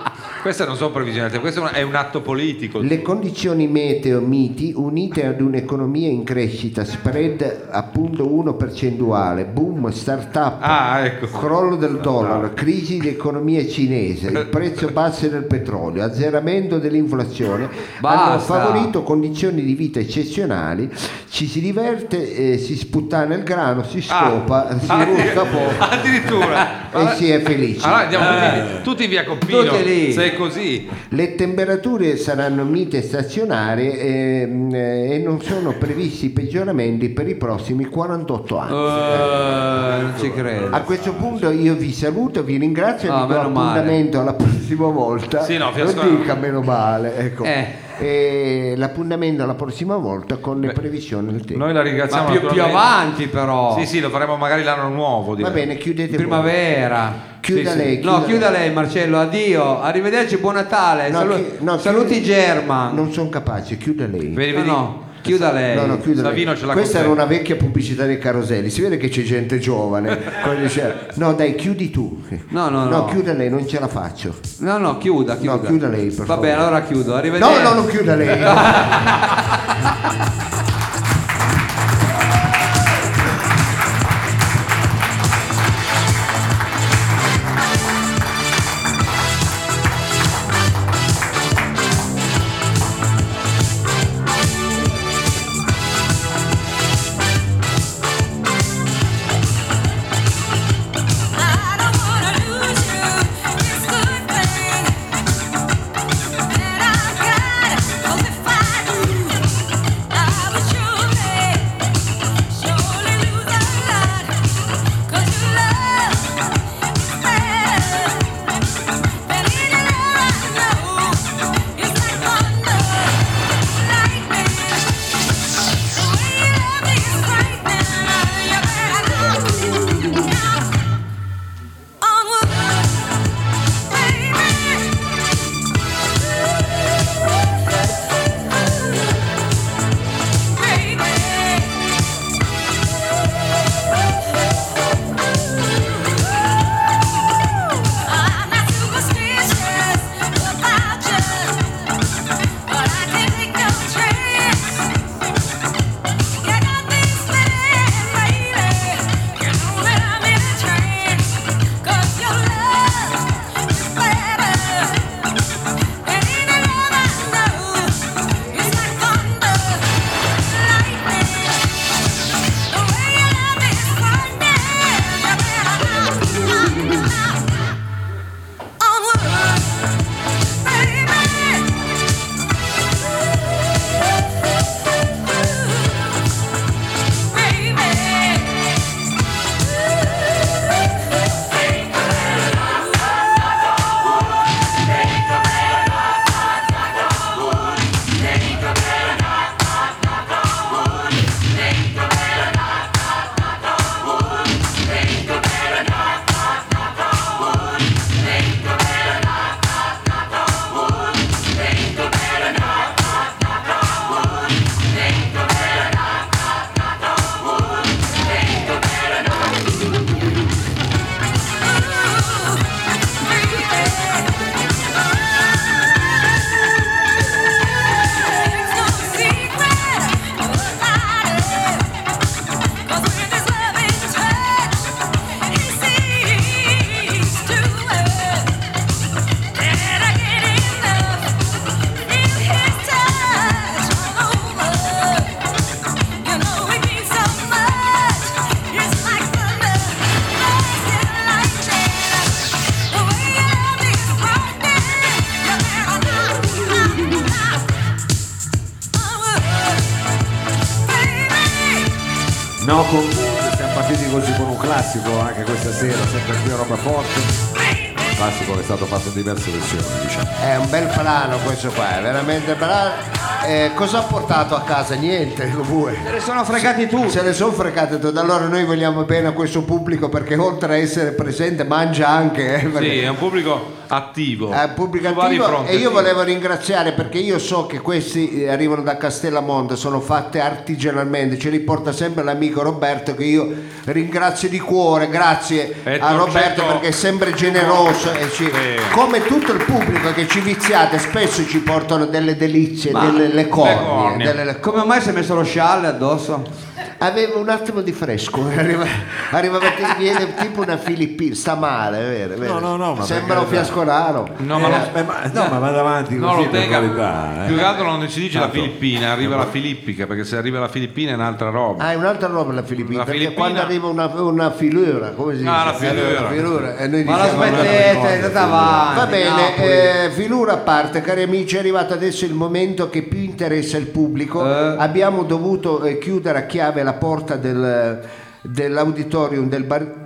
S4: Queste non sono previsioni, questo è un- è un atto politico.
S1: Le condizioni meteo miti unite ad un'economia in crescita, spread appunto 1 percentuale, boom, start-up,
S4: Ah, ecco.
S1: crollo del dollaro, crisi dell'economia cinese, il prezzo basso del petrolio, azzeramento dell'inflazione, hanno
S3: Basta.
S1: favorito condizioni di vita eccezionali, ci si diverte, eh, si sputta nel grano, si
S4: Ah.
S1: scopa, si
S4: Addi-
S1: rusca poco
S4: Addirittura. Ma-
S1: e si è felici.
S4: Allora andiamo tutti, tutti via Coppino.
S3: Tutti lì.
S4: Se è così.
S1: Le temperature saranno mite e stazionarie ehm, eh, e non sono previsti peggioramenti per i prossimi 48 anni.
S3: Eh, non ci credo.
S1: A questo punto io vi saluto, vi ringrazio e
S3: Ah,
S1: vi do
S3: meno male.
S1: appuntamento alla prossima volta.
S4: Sì, no,
S1: non
S4: Fiasco-
S1: dica meno male, ecco.
S3: Eh.
S1: E l'appuntamento alla prossima volta con le previsioni del tempo.
S4: Noi la
S3: Ma
S4: ringraziamo
S3: più, più
S4: naturalmente.
S3: avanti però.
S4: Sì, sì, lo faremo magari l'anno nuovo.
S1: Va
S4: direi.
S1: bene, chiudete voi.
S3: Primavera.
S1: Chiuda
S3: Sì, sì.
S1: lei,
S3: No, chiuda lei Marcello, addio. Arrivederci, buon Natale.
S1: No,
S3: Salu-
S1: chi- no,
S3: saluti
S1: chiudi-
S3: German.
S1: Non sono capace, chiuda lei.
S4: Vedi,
S3: No,
S4: vedi-
S3: no. Chiuda lei.
S1: No, no, chiudo
S4: Savino
S1: lei.
S4: ce l'ha
S1: Questa
S4: con
S1: era
S4: te.
S1: una vecchia pubblicità dei caroselli, si vede che c'è gente giovane. Quando dice, no dai, chiudi tu.
S3: No, no, no.
S1: chiuda lei, non ce la faccio.
S3: No, no, chiuda, chiuda.
S1: chiuda lei, per
S3: Vabbè,
S1: favore.
S3: allora chiudo. Arrivederci.
S1: No, no, non chiuda lei.
S7: I don't wanna lose you. It's good thing that I've got. Oh, if I do, I will surely, surely lose a lot. 'Cause your love is better than any love I know. It's like thunder, lightning. The way you love me is frightening. You better lose now. Onward, baby. Baby. I'm not superstitious about you, but I can take no chance. You got me spinning, baby. You know that I'm in a trance, 'cause your love is better than any love I know. It's like thunder, lightning. The way you love me is frightening. Onward, baby. You know it means so much. It's like thunder, lightning, lightning. The way you love me is frightening. You better knock, knock, knock. Onward, Oh, baby.
S5: No, con siamo partiti così con un classico anche questa sera, sempre qui a Roba Forte.
S2: classico che è stato fatto in diverse versioni, diciamo.
S1: È un bel plano questo qua, è veramente bravo. Eh, cosa ha portato a casa? Niente, lo vuoi.
S3: Te ne sono fregati tu.
S1: Se ne sono frecate tutte, allora noi vogliamo bene a questo pubblico perché oltre a essere presente mangia anche. eh, perché-
S4: Sì, è un pubblico attivo.
S1: Eh, pubblico
S4: Ecco. Su vari
S1: attivo,
S4: fronti,
S1: e io
S4: sì.
S1: volevo ringraziare perché io so che questi eh, arrivano da Castellamonte, sono fatte artigianalmente, ce li porta sempre l'amico Roberto che io ringrazio di cuore, grazie
S4: E
S1: a
S4: non
S1: Roberto
S4: cerco-
S1: perché è sempre generoso e ci-
S4: Sì.
S1: come tutto il pubblico che ci viziate spesso ci portano delle delizie, delle le cornie,
S4: cornie.
S1: delle- le-
S3: Come mai si è messo lo scialle addosso?
S1: Avevo un attimo di fresco, arriva, arriva perché viene tipo una Filippina, sta male, è vero, è vero.
S2: No, no, no, ma
S1: sembra un
S2: perché-
S1: fiascolaro.
S4: No, ma lo-
S2: Eh, ma, no, ma vada avanti
S4: No,
S2: così
S4: lo tenga.
S2: per qualità. eh.
S4: Più che altro non si dice la
S2: Tanto-
S4: Filippina, arriva la Filippica, perché se arriva la Filippina è un'altra roba.
S1: Ah, è un'altra roba la Filippina,
S4: La
S1: perché
S4: Filippina-
S1: quando arriva una, una filura, come si dice?
S4: Ah, la filura.
S1: Una filura, e noi
S3: Ma la
S1: diciamo,
S3: smettete, andate avanti.
S1: Va bene,
S3: Napoli.
S1: eh, filura a parte, cari amici, è arrivato adesso il momento che più interessa il pubblico. Abbiamo dovuto eh, chiudere a chiave la porta del- dell'auditorium del bar.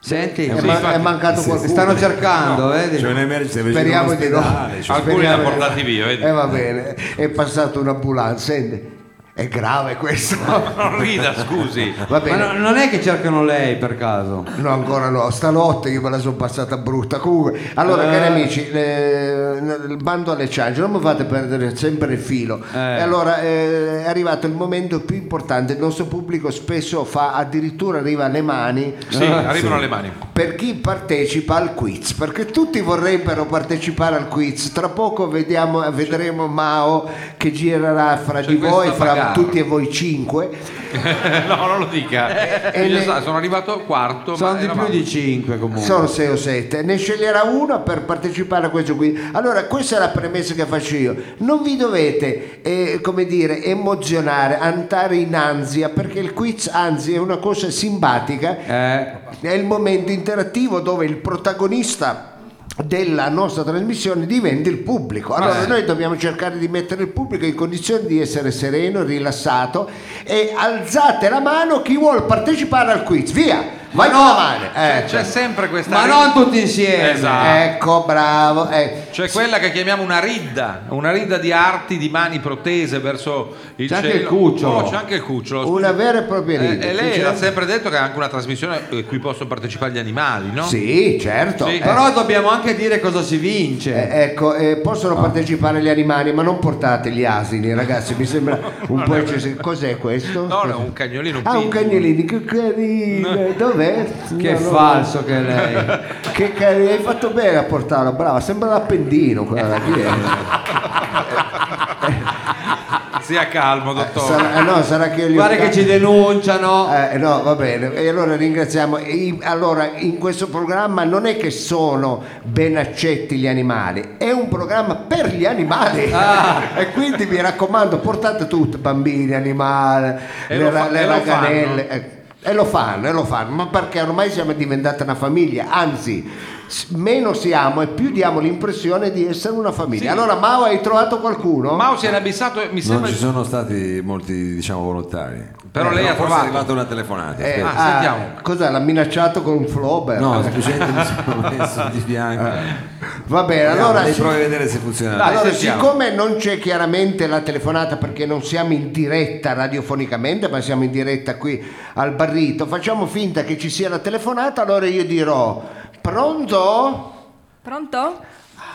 S3: Senti, Eh,
S1: È,
S4: Eh, sì,
S1: ma-
S4: infatti.
S1: è mancato
S2: Sì,
S1: qualcuno.
S3: stanno cercando, vedi?
S2: C'è un'emergenza, invece
S1: Speriamo
S2: in
S1: di no. Eh,
S2: ospedale, cioè-
S4: Alcuni li ha
S1: Speriamo di
S4: portati
S1: no.
S4: via, vedi?
S1: Eh, va bene, è passata un'ambulanza. senti. È grave questo.
S4: Non rida, scusi.
S1: Va bene.
S3: Ma no- non è che cercano lei per caso?
S1: No, ancora no, stanotte io me la sono passata brutta. Comunque, allora,
S3: Eh.
S1: cari amici, le- il bando alle ciance, non mi fate perdere sempre il filo. E allora eh, è arrivato il momento più importante. Il nostro pubblico spesso fa addirittura arriva alle mani
S4: Sì, arrivano le mani.
S1: per chi partecipa al quiz, perché tutti vorrebbero partecipare al quiz. Tra poco vediamo- vedremo Mao che girerà fra di
S4: questo
S1: voi, fra
S4: bagarro.
S1: tutti e voi cinque.
S4: Eh, no, non lo dica.
S1: E
S4: Io
S1: le-
S4: sa- Sono arrivato quarto.
S3: Sono
S4: ma
S3: di più
S4: eravamo-
S3: di 5 comunque.
S1: Sono 6 o 7, ne sceglierà una per partecipare a questo qui. Allora, questa è la premessa che faccio io. Non vi dovete, eh, come dire, emozionare, andare in ansia, perché il quiz anzi è una cosa simpatica,
S3: Eh,
S1: è il momento interattivo dove il protagonista della nostra trasmissione diventa il pubblico. Allora
S3: Eh.
S1: noi dobbiamo cercare di mettere il pubblico in condizione di essere sereno, rilassato e alzate la mano chi vuol partecipare al quiz. Via! Vai con la mano!
S4: C'è,
S1: Eh,
S3: Cioè,
S4: c'è sempre questa.
S3: ma
S4: rid-
S3: non tutti insieme. Eh,
S4: Esatto.
S1: Ecco, bravo. eh.
S4: C'è quella che chiamiamo una ridda, una ridda di arti, di mani protese verso il
S3: C'è anche
S4: cielo.
S3: il cucciolo.
S4: Oh, c'è anche il cucciolo.
S1: Una vera e propria
S4: Eh,
S1: ride.
S4: e lei
S1: Cioè-
S4: ha sempre detto che ha anche una trasmissione in cui possono partecipare gli animali, no?
S1: Sì, certo.
S4: Sì.
S1: Eh,
S3: Però dobbiamo anche dire cosa si vince.
S1: eh, ecco, eh,
S4: Ah.
S1: possono partecipare gli animali, ma non portate gli asini, ragazzi. Mi sembra un po' eccessivo. Cos'è questo?
S4: No, no, un cagnolino.
S1: Ah, un
S4: piccolo.
S1: cagnolino, che carino. Dov'è?
S3: Che
S1: No, no,
S3: falso che è lei.
S1: no. Che carino, hai fatto bene a portarlo, brava, sembra l'appendino quella chi è?
S4: Sia calmo, dottore.
S1: Sarà, eh, no, sarà che io gli ho
S3: Guarda
S1: ca-
S3: che ci denunciano.
S1: Eh, no, va bene, e allora ringraziamo. E i- Allora, in questo programma non è che sono ben accetti gli animali, è un programma per gli animali.
S4: Ah.
S1: e quindi mi raccomando, portate tutto, bambini, animali,
S4: E
S1: le,
S4: lo
S1: ra-
S4: fa-
S1: le
S4: e lo
S1: raganelle. eh, E lo fanno, e lo fanno, ma perché ormai siamo diventati una famiglia, anzi, s- meno siamo e più diamo l'impressione di essere una famiglia. Allora, Mao, hai trovato qualcuno?
S4: Mao si era abissato, mi
S2: Non
S4: sembra.
S2: ci sono stati molti, diciamo, volontari. Eh,
S4: Però lei ha
S2: forse
S4: trovato.
S2: è arrivata una telefonata.
S1: Eh,
S2: aspetta.
S4: ah, sentiamo.
S1: Cos'è? L'ha minacciato con un flober?
S2: No, semplicemente mi sono messo di fianco.
S1: Va bene,
S2: allora
S1: Eh, allora
S2: provi
S1: si-
S2: a vedere se funziona.
S4: Dai,
S1: Allora,
S4: sentiamo.
S1: siccome non c'è chiaramente la telefonata perché non siamo in diretta radiofonicamente, ma siamo in diretta qui al Barrito, facciamo finta che ci sia la telefonata, allora io dirò pronto?
S8: Pronto?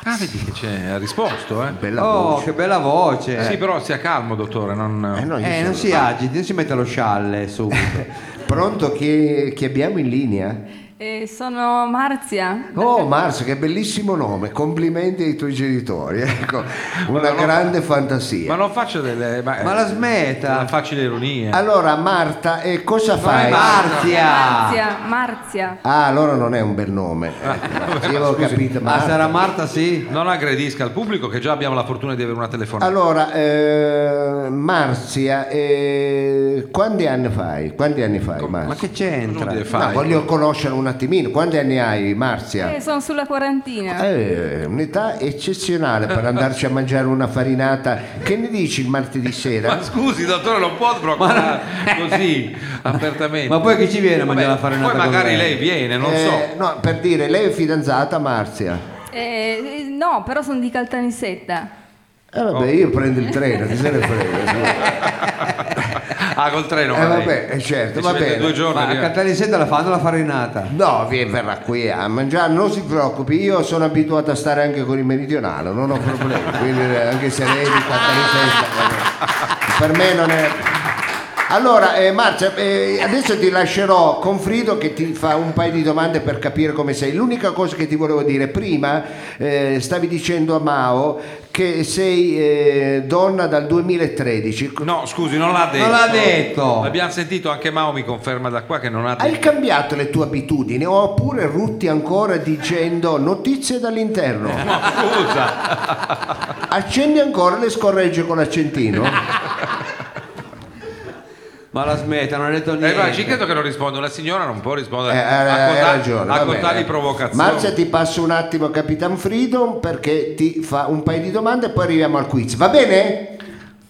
S4: Ah, vedi che c'è, ha risposto, eh.
S1: Bella
S3: oh,
S1: voce.
S3: che bella voce.
S4: Sì, però sia calmo, dottore. Non...
S1: Eh, no, io
S3: Eh, non
S1: sono-
S3: si agiti, non si mette lo scialle subito.
S1: Pronto chi, chi abbiamo in linea?
S8: Eh, sono Marzia.
S1: Oh Mars, che bellissimo nome, complimenti ai tuoi genitori, ecco, una
S4: Ma no-
S1: grande fantasia.
S4: Ma non faccia delle. Ma,
S3: Ma la smetta.
S4: delle facili ironie.
S1: Allora Marta, e cosa fai?
S3: Marzia!
S8: Marzia, Marzia.
S1: Ah, allora non è un bel nome.
S4: Ah,
S1: Ecco, sì, avevo capito,
S3: Ma
S1: Marta.
S3: Ah,
S1: Eh,
S3: sarà Marta sì?
S4: Non aggredisca il pubblico, che già abbiamo la fortuna di avere una telefonata.
S1: Allora, eh, Marzia, eh, quanti anni fai? Quanti anni fai,
S3: Ma
S1: Marzia?
S3: che
S4: Cosa vuol
S3: c'entra?
S4: dire
S1: No,
S4: fai?
S1: voglio conoscere un attimino. Quanti anni hai, Marzia?
S8: Eh, sono sulla quarantina.
S1: Eh, un'età eccezionale per andarci a mangiare una farinata. Che ne dici il martedì
S4: Ma
S1: sera?
S4: scusi, dottore, non può sbroccare così apertamente.
S3: Ma poi chi ci viene a mangiare la
S4: Vabbè,
S3: farinata
S4: Poi
S3: con
S4: magari
S3: lei?
S4: lei viene, non
S1: Eh,
S4: so.
S1: No, per dire, lei è fidanzata, Marzia?
S8: Eh, eh, no, però sono di Caltanissetta.
S1: Eh vabbè, io prendo il treno, chi se ne
S4: Eh,
S1: frega.
S4: Ah, col treno.
S1: Eh,
S4: magari.
S1: vabbè, eh, certo,
S4: Ci
S1: va
S4: mette
S1: bene.
S4: due giorni.
S3: Ma a
S4: arriva.
S3: Caltanissetta la fanno la farinata.
S1: No, vi- verrà qui a mangiare, non si preoccupi, io sono abituato a stare anche con il meridionale, non ho problemi, quindi eh, anche se lei mi fatta per me non è... Allora, eh, Marzia, eh, adesso ti lascerò con Frido che ti fa un paio di domande per capire come sei. L'unica cosa che ti volevo dire, prima eh, stavi dicendo a Mao che sei eh, donna dal 2013.
S4: No, scusi, non l'ha detto.
S3: Non l'ha detto.
S4: L'abbiamo sentito, anche Mao mi conferma da qua che non ha detto.
S1: Hai cambiato le tue abitudini oppure rutti ancora dicendo notizie dall'interno?
S4: Ma scusa.
S1: Accendi ancora le scorregge con Eh, l'accentino?
S3: Ma la smetta, non ha detto
S4: Eh, ma ci
S3: niente.
S4: credo che non risponda, una signora non può rispondere
S1: Eh, eh,
S4: a,
S1: hai
S4: cota-
S1: ragione.
S4: a
S1: va
S4: cotali
S1: bene.
S4: provocazioni.
S1: Marzia ti passo un attimo a Capitan Freedom perché ti fa un paio di domande e poi arriviamo al quiz. Va bene?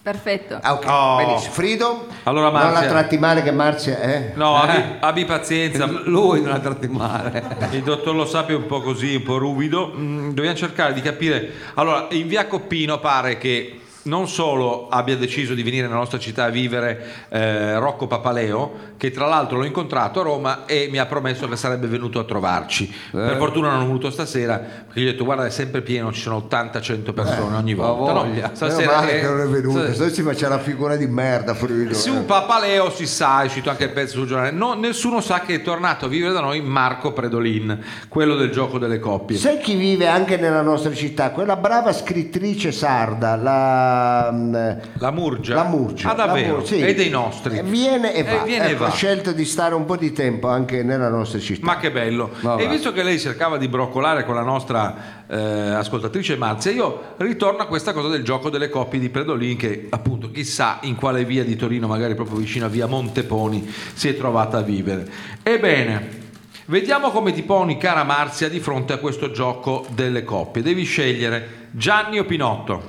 S8: Perfetto.
S1: Ah, ok.
S4: Oh.
S1: Benissimo. Freedom.
S4: Allora,
S1: Non la
S4: Marzia.
S1: tratti male che eh? Marzia è.
S4: No, abbi, abbi pazienza.
S3: Lui non la tratti male.
S4: Il dottor Lo Sapio è un po' così, un po' ruvido. Mm, dobbiamo cercare di capire. Allora, in via Coppino pare che non solo abbia deciso di venire nella nostra città a vivere eh, Rocco Papaleo, che tra l'altro l'ho incontrato a Roma e mi ha promesso che sarebbe venuto a trovarci.
S1: Eh.
S4: Per fortuna non è venuto stasera, perché gli ho detto guarda è sempre pieno, ci sono 80-100 persone ogni volta. No,
S5: voglia.
S1: Eh, Meno
S4: stasera
S1: male che non è venuto,
S4: stasera-
S1: se no si faceva la figura di merda fuori di noi.
S4: su Papaleo si sa, è uscito anche il pezzo sul giornale, no, nessuno sa che è tornato a vivere da noi Marco Predolin, quello del gioco delle coppie.
S1: Sai chi vive anche nella nostra città? Quella brava scrittrice sarda, la, mm, eh,
S4: La Murgia.
S1: la Murgia.
S4: Ah, davvero?
S1: La Mur- sì.
S4: E dei nostri.
S1: Eh, Viene e
S4: Eh,
S1: va.
S4: viene e
S1: Ecco,
S4: va.
S1: Ha scelto di stare un po' di tempo anche nella nostra città.
S4: Ma che bello! E visto che lei cercava di broccolare con la nostra eh, ascoltatrice Marzia, io ritorno a questa cosa del gioco delle coppie di Predolin, che appunto chissà in quale via di Torino, magari proprio vicino a via Monteponi, si è trovata a vivere. Ebbene. Vediamo come ti poni, cara Marzia, di fronte a questo gioco delle coppie. Devi scegliere Gianni o Pinotto.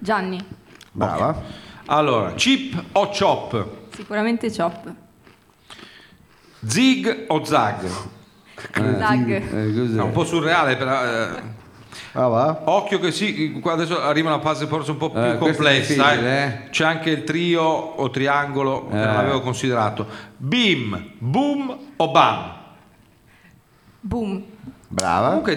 S8: Gianni,
S1: Brava.
S4: Allora, Chip o Chop?
S8: sicuramente Chop.
S4: Zig o Zag?
S8: Zag,
S2: Eh, cos'è?
S4: È un po' surreale, però. eh,
S1: Ah, va.
S4: Occhio che sì, qua adesso arriva una fase forse un po' più
S2: Eh, questo è
S4: complessa.
S2: difficile, Eh.
S4: eh. C'è anche il trio o triangolo, che non avevo considerato. Bim, boom o bam?
S8: boom.
S1: Brava.
S4: Comunque è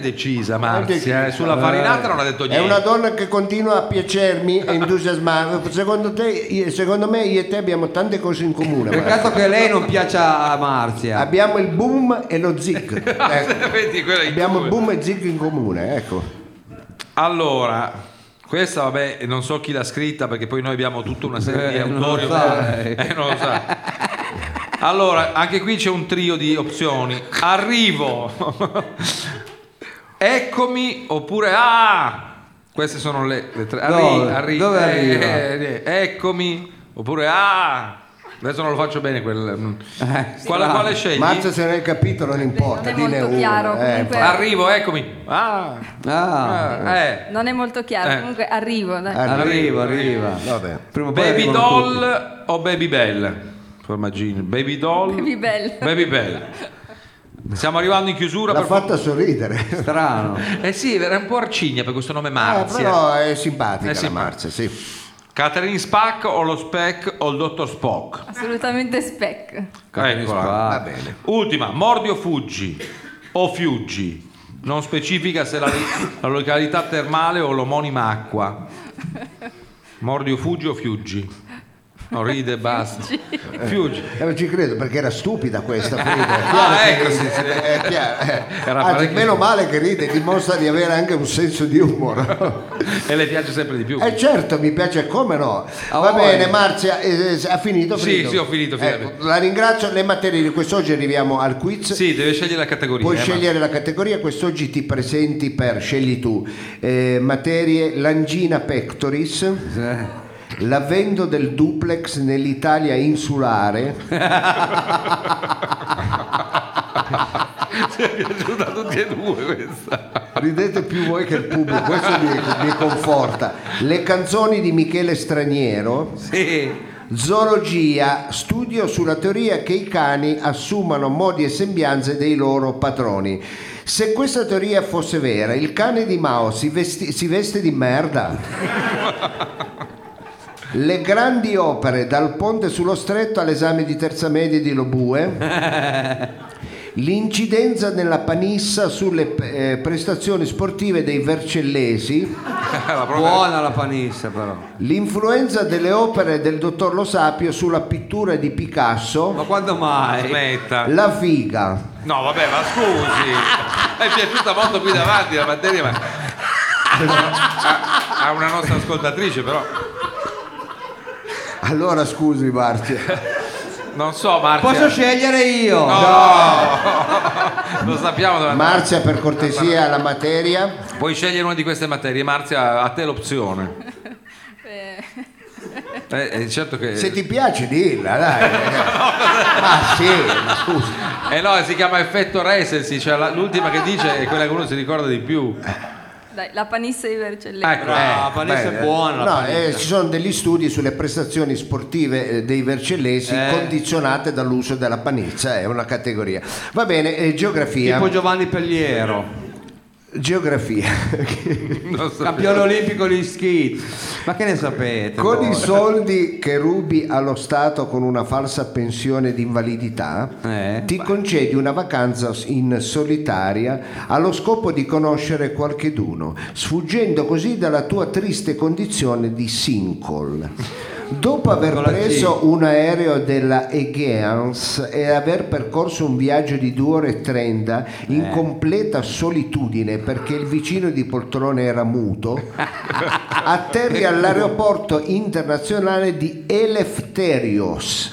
S1: decisa.
S4: decisa Marzia, eh, sulla farinata non ha detto
S1: È
S4: niente.
S1: una donna che continua a piacermi e entusiasmarmi. Secondo, te, io- secondo me io e te abbiamo tante cose in comune. Marzia.
S3: Peccato che lei non piaccia a Marzia.
S1: Abbiamo il boom e lo zig.
S4: Ah,
S1: Ecco.
S4: Vedi, quella è in
S1: Abbiamo
S4: due.
S1: il boom e zig in comune, ecco.
S4: Allora, questa vabbè, non so chi l'ha scritta perché poi noi abbiamo tutta una serie di
S3: Eh, non lo
S4: autori.
S3: sa, eh.
S4: Eh, non lo sa. Allora, anche qui c'è un trio di opzioni. Arrivo. Eccomi oppure ah! Queste sono le, le tre. Arri-
S3: Dove?
S4: arri-
S3: Dove
S4: eh,
S3: arriva?
S4: eh, eh, eccomi oppure ah! Adesso non lo faccio bene quel quale,
S3: Eh, strano.
S4: quale scegli?
S1: Mazza se non hai capito non importa,
S8: Non è
S1: dine
S8: molto
S1: uno.
S8: chiaro,
S1: eh,
S8: comunque.
S1: infatti.
S4: Arrivo, eccomi. Ah!
S3: Ah,
S4: ah, eh.
S8: Non è molto chiaro,
S4: Eh.
S8: comunque arrivo. dai.
S1: Ah,
S3: arriva, arriva.
S1: Vabbè.
S3: Prima o poi
S4: Baby
S3: arrivano tutti.
S4: doll o baby bell? Formaggini, baby doll.
S8: Baby Bell.
S4: Baby Bell. Stiamo arrivando in chiusura.
S1: L'ha
S4: Per...
S1: fatta sorridere.
S3: Strano.
S4: Eh sì, era un po' arcigna per questo nome
S1: Eh,
S4: Marzia.
S1: però è simpatica
S4: Ah, È
S1: la
S4: simpatica.
S1: Marzia, sì.
S4: Catherine Spack o lo Speck o il dottor Spock?
S8: Assolutamente spec.
S4: Eccola.
S1: Va bene.
S4: Ultima, mordi o fuggi o fiuggi. Non specifica se la, la località termale o l'omonima acqua. Mordi o fuggi o fiuggi. Non ride e basta. Fiuggi.
S1: Eh, non ci credo perché era stupida questa Frida. È chiaro
S4: Ah,
S1: che
S4: ecco,
S1: ride,
S4: sì, sì.
S1: è chiaro, eh.
S4: Era
S1: Anzi,
S4: parecchio-
S1: meno male che ride, dimostra di avere anche un senso di humor.
S4: E le piace sempre di più.
S1: Eh certo, mi piace come no. Va
S3: voi?
S1: bene, Marzia, eh, eh, ha finito?
S4: Sì,
S1: Frido?
S4: sì, ho finito, finalmente.
S1: Ecco, la ringrazio, le materie di quest'oggi arriviamo al quiz.
S4: Sì, deve scegliere la categoria.
S1: Puoi
S4: eh, ma-
S1: scegliere la categoria, quest'oggi ti presenti per, scegli tu, eh, materie Langina Pectoris,
S4: Eh.
S1: l'avvento del duplex nell'Italia insulare,
S4: piaciuta a tutti e due questa.
S1: ridete più voi che il pubblico, questo mi, mi conforta, le canzoni di Michele Straniero,
S4: Sì.
S1: zoologia, studio sulla teoria che i cani assumano modi e sembianze dei loro patroni. Se questa teoria fosse vera, il cane di Mao si, vesti- si veste di merda? Le grandi opere dal ponte sullo stretto all'esame di terza media di Lobue. L'incidenza nella panissa sulle eh, prestazioni sportive dei vercellesi.
S3: Buona la panissa però.
S1: L'influenza delle opere del dottor Lo Sapio sulla pittura di
S3: Ma
S1: Picasso,
S3: quando mai?
S4: Aspetta.
S1: la figa.
S4: No, vabbè, ma scusi. È piaciuta molto qui davanti la materia, ma. A, a una nostra ascoltatrice, però.
S1: Allora scusi Marzia,
S4: Non so, Marzia.
S3: Posso scegliere io?
S4: No, no. Lo sappiamo dove andare.
S1: Marzia per cortesia la materia.
S4: Puoi scegliere una di queste materie, Marzia, a te l'opzione.
S8: Eh,
S4: Eh, eh, certo che.
S1: Se ti piace dilla, dai. Ah sì, ma scusi.
S4: Eh no, si chiama effetto Resensi, cioè la- l'ultima che dice è quella che uno si ricorda di più.
S8: dai, la panissa di Vercelletto.
S4: Ecco,
S3: Ah, la panissa è buona. la
S1: No, eh, ci sono degli studi sulle prestazioni sportive eh, dei vercellesi condizionate dall'uso della panizza, è una categoria. Va bene, eh, geografia.
S3: Tipo Giovanni Pelliero.
S1: Geografia.
S4: eh, Non so.
S3: Campione olimpico di ski. Ma che ne sapete? boh.
S1: Con
S3: voi?
S1: i soldi che rubi allo Stato con una falsa pensione di invalidità,
S3: Eh.
S1: ti concedi una vacanza in solitaria allo scopo di conoscere qualcheduno, sfuggendo così dalla tua triste condizione di single. Dopo aver
S3: Con la
S1: preso un aereo della Aegeans e aver percorso un viaggio di 2 ore e 30 in completa solitudine perché il vicino di poltrone era muto, atterri all'aeroporto internazionale di Eleftherios.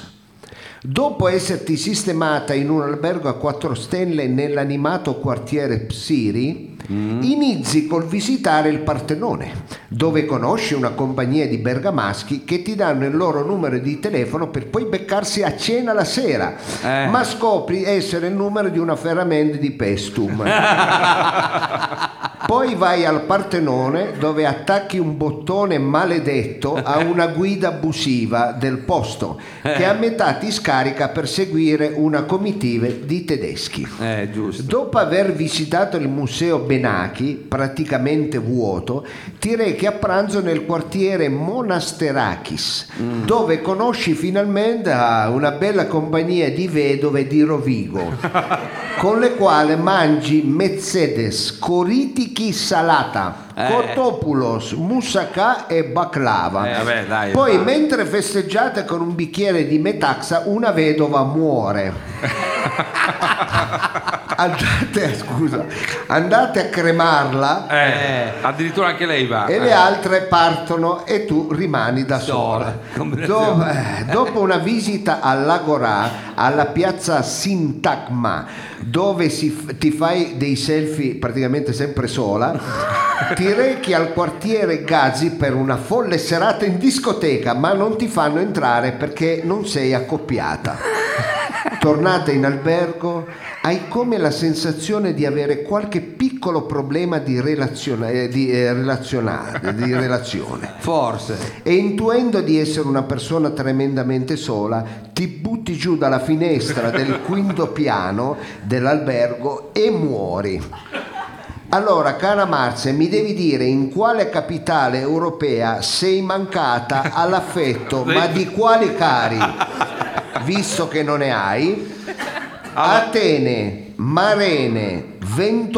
S1: Dopo esserti sistemata in un albergo a quattro stelle nell'animato quartiere Psiri, inizi col visitare il Partenone, dove conosci una compagnia di bergamaschi che ti danno il loro numero di telefono per poi beccarsi a cena la sera,
S3: Eh.
S1: ma scopri essere il numero di una ferramenta di Pestum. Poi vai al Partenone dove attacchi un bottone maledetto a una guida abusiva del posto che a metà ti scarica per seguire una comitiva di tedeschi.
S3: Eh, giusto.
S1: Dopo aver visitato il museo Benachi, praticamente vuoto, ti rechi a pranzo nel quartiere Monasterachis, dove conosci finalmente ah, una bella compagnia di vedove di Rovigo, con le quali mangi Mercedes, Coritichi salata. Kotopoulos, moussaka e baklava.
S4: Eh, vabbè, dai,
S1: Poi, mentre festeggiate con un bicchiere di metaxa, una vedova muore. Andate, a- scusa, andate a cremarla
S4: Eh, addirittura anche lei va.
S1: e le altre partono e tu rimani da sola. Dopo, eh, dopo una visita all'Agorà, alla piazza Sintagma, dove si f- ti fai dei selfie praticamente sempre sola, ti rechi al quartiere Gazi per una folle serata in discoteca, ma non ti fanno entrare perché non sei accoppiata. Tornata in albergo, hai come la sensazione di avere qualche piccolo problema di, relaziona- eh, di, eh, relazionale- di relazione.
S3: Forse.
S1: E intuendo di essere una persona tremendamente sola, ti butti giù dalla finestra del quinto piano dell'albergo e muori. Allora, cara Marzia, mi devi dire in quale capitale europea sei mancata all'affetto, ma di quali cari, visto che non ne hai?
S4: Ah,
S1: Atene, Marene,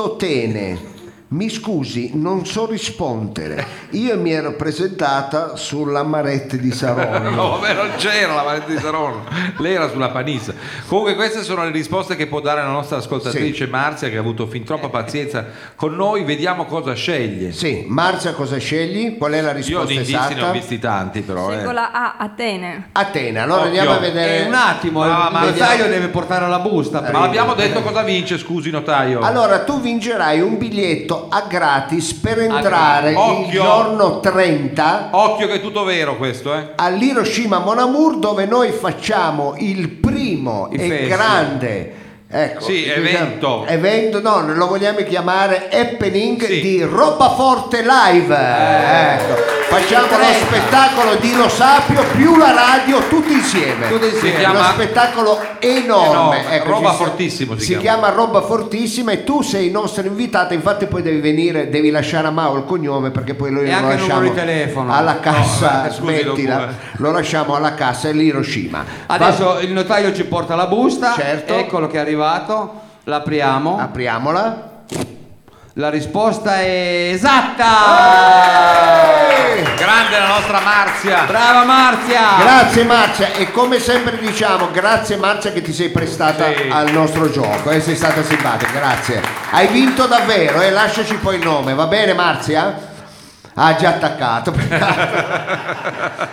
S1: Ventotene. Mi scusi, non so rispondere. Io mi ero presentata sulla Marette di Saronno.
S4: No, vabbè, non c'era la Valentina di Saronno. Lei era sulla panissa. Comunque, queste sono le risposte che può dare la nostra ascoltatrice Marzia, che ha avuto fin troppa pazienza con noi. Vediamo cosa sceglie.
S1: Sì, Marzia cosa scegli? Qual è la
S4: Io
S1: risposta
S4: di indizi ne ho
S1: esatta?
S4: visti tanti, però. eh.
S8: Scelgo la A, Atene.
S1: Atene, allora
S4: Occhio.
S1: andiamo a
S3: Eh,
S1: vedere.
S3: un attimo,
S4: Ah,
S3: il
S4: ma-
S3: notaio deve portare la
S1: Eh,
S3: busta. prima.
S4: Ma abbiamo detto cosa vince, scusi, notaio.
S1: Allora tu vincerai un biglietto a gratis per entrare il
S4: Occhio.
S1: giorno 30
S4: Occhio che è tutto vero questo, eh.
S1: all'Hiroshima Monamur dove noi facciamo il primo
S3: Il
S1: e
S3: festival.
S1: grande ecco,
S4: Sì, evento.
S1: evento, no, lo vogliamo chiamare happening
S4: Sì.
S1: di roba forte live ecco. facciamo lo spettacolo di Lo Sapio più la radio tutti insieme
S3: Tutti
S4: insieme. Si
S1: È uno
S4: chiama-
S1: spettacolo enorme Ecco,
S4: Enorme, roba
S1: ci sta-
S4: fortissimo si
S1: si,
S4: chiama.
S1: chiama. roba fortissima e tu sei il nostro invitato infatti poi devi venire devi lasciare a Mao il cognome perché poi noi
S3: E
S1: lo
S3: anche il numero
S1: lasciamo
S3: di telefono.
S1: alla cassa
S4: No, eh, scusi, lo-
S1: smettila lo lasciamo alla cassa e l'Hiroshima
S3: Adesso il notaio ci porta la busta.
S1: Certo. Ah.
S3: Eccolo che è arrivato. L'apriamo.
S1: Va- apriamola
S3: La risposta è esatta!
S4: Grande la nostra Marzia.
S3: Brava Marzia!
S1: Eh! grazie Marzia e come sempre diciamo grazie Marzia che ti sei prestata
S4: Sì.
S1: al nostro gioco e sei stata simpatica grazie hai vinto davvero e lasciaci poi il nome va bene Marzia? ha già attaccato peccato.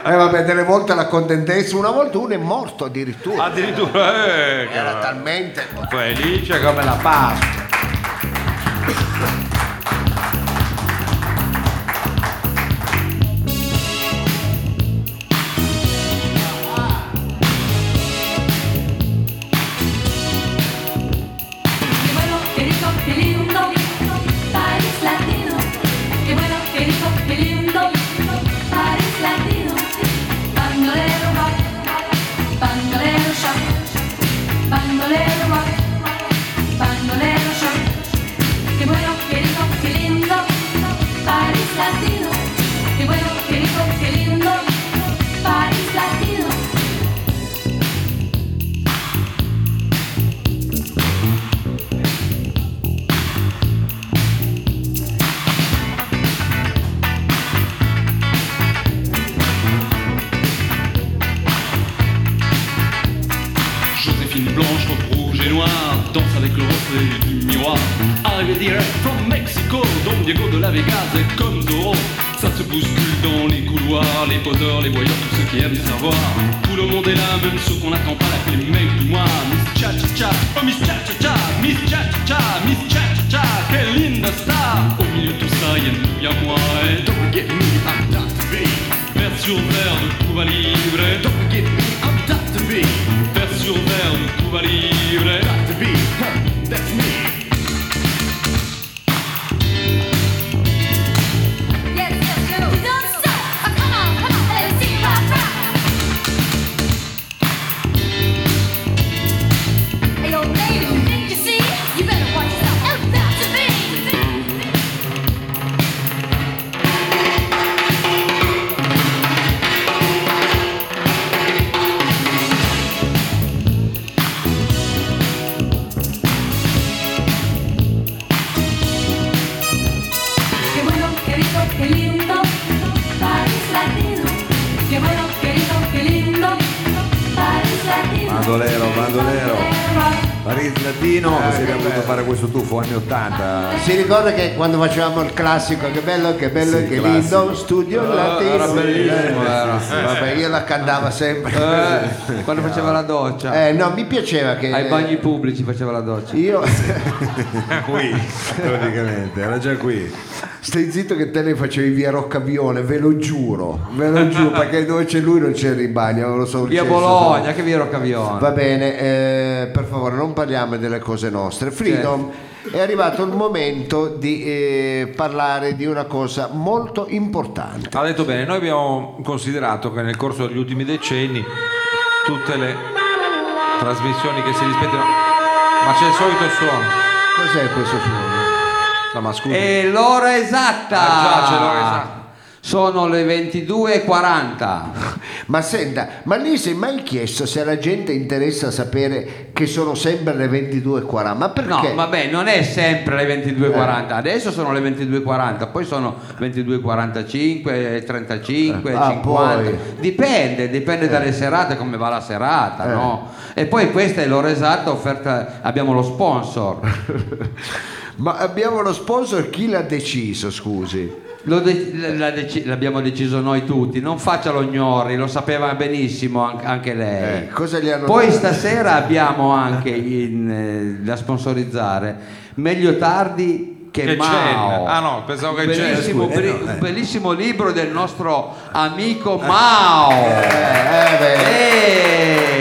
S1: eh vabbè delle volte la contentezza una volta uno è morto addirittura
S4: Addirittura, eh, che
S1: era talmente
S4: felice come la Pasqua.
S7: Qué bueno, qué rico, qué lindo, París Latino. Qué bueno, qué rico, qué lindo, París Latino. Bandolero rock, bandolero shock, bandolero rock, bandolero shock. Qué bueno, qué
S6: cours de la Vegas est comme Zorro. Ça se bouscule dans les couloirs, les poseurs, les voyeurs, tous ceux qui aiment savoir. Tout le monde est là, même ceux qu'on n'attend pas, la clé même du mois. Miss Cha Cha Cha, oh Miss Cha Cha Cha, Miss Cha Cha Cha, Miss Cha Cha Cha, quelle linda star. Au milieu de tout ça, y'a nous, y'a moi, et don't get me up that beat. Vers sur verre de Cuba Libre, don't get me up that beat. Vers sur verre de Cuba Libre, that beat, huh, that's me.
S7: Yes, yes, you. Don't stop. Oh, come on, come on. Let us see rock, rock. Hey, old lady, you think you see? You better watch yourself. It's about to be. Qué bueno, qué rico, qué lindo. París latino. Qué bueno, qué rico, qué lindo. París latino.
S2: Bandolero, bandolero. Paris Latino,
S1: Ah,
S2: siete
S1: che
S2: voluto
S1: bello.
S2: fare questo tuffo anni 80.
S1: Si ricorda che quando facevamo il classico, che bello, che bello,
S2: Sì,
S1: che
S2: classico.
S1: lindo, studio latino.
S4: era bellissimo,
S1: Eh,
S4: era.
S1: sì, Vabbè, io la cantavo sempre.
S3: Eh, quando faceva la doccia.
S1: Eh, no, mi piaceva che...
S3: Ai bagni pubblici faceva la doccia.
S1: Io...
S2: Qui, praticamente, era già qui.
S1: Stai zitto che te ne facevi via Roccavione, ve lo giuro, ve lo giuro, perché dove c'è lui non c'era il bagno, lo so.
S3: Via
S1: c'è il
S3: Bologna, che via Roccavione.
S1: Va bene, eh, per favore non parliamo delle cose nostre. Freedom, è arrivato il momento di eh, parlare di una cosa molto importante.
S4: Ha detto bene, noi abbiamo considerato che nel corso degli ultimi decenni tutte le trasmissioni che si rispettano... Ma c'è il solito suono. Eh,
S1: Cos'è questo suono?
S4: No, ma scusi.
S3: E l'ora esatta!
S4: Ah, già, c'è l'ora esatta.
S3: Sono le 22.40.
S1: Ma senta, ma lei si è mai chiesto se alla gente interessa sapere che sono sempre le 22.40? Ma
S3: No,
S1: perché? Eh.
S3: vabbè, non è sempre le 22.40, adesso sono le 22.40, poi sono 22.45, 35,
S1: Ah,
S3: 50.
S1: poi.
S3: Dipende, dipende dalle serate, come va la serata,
S1: Eh.
S3: no? E poi questa è l'ora esatta offerta, abbiamo lo sponsor.
S1: Ma abbiamo lo sponsor, chi l'ha deciso, scusi?
S3: Lo de- la- deci- l'abbiamo deciso noi tutti, non faccia lo gnori, lo sapeva benissimo an- anche lei.
S1: Eh, cosa gli hanno
S3: Poi
S1: detto?
S3: stasera abbiamo anche in, eh, da sponsorizzare Meglio tardi che,
S4: Che
S3: Mao.
S4: cella. Ah, no, pensavo che cella,
S3: bellissimo,
S2: scusa.
S3: bri-
S2: Eh, no, eh.
S3: bellissimo libro del nostro amico Mao.
S1: Eh, eh, beh.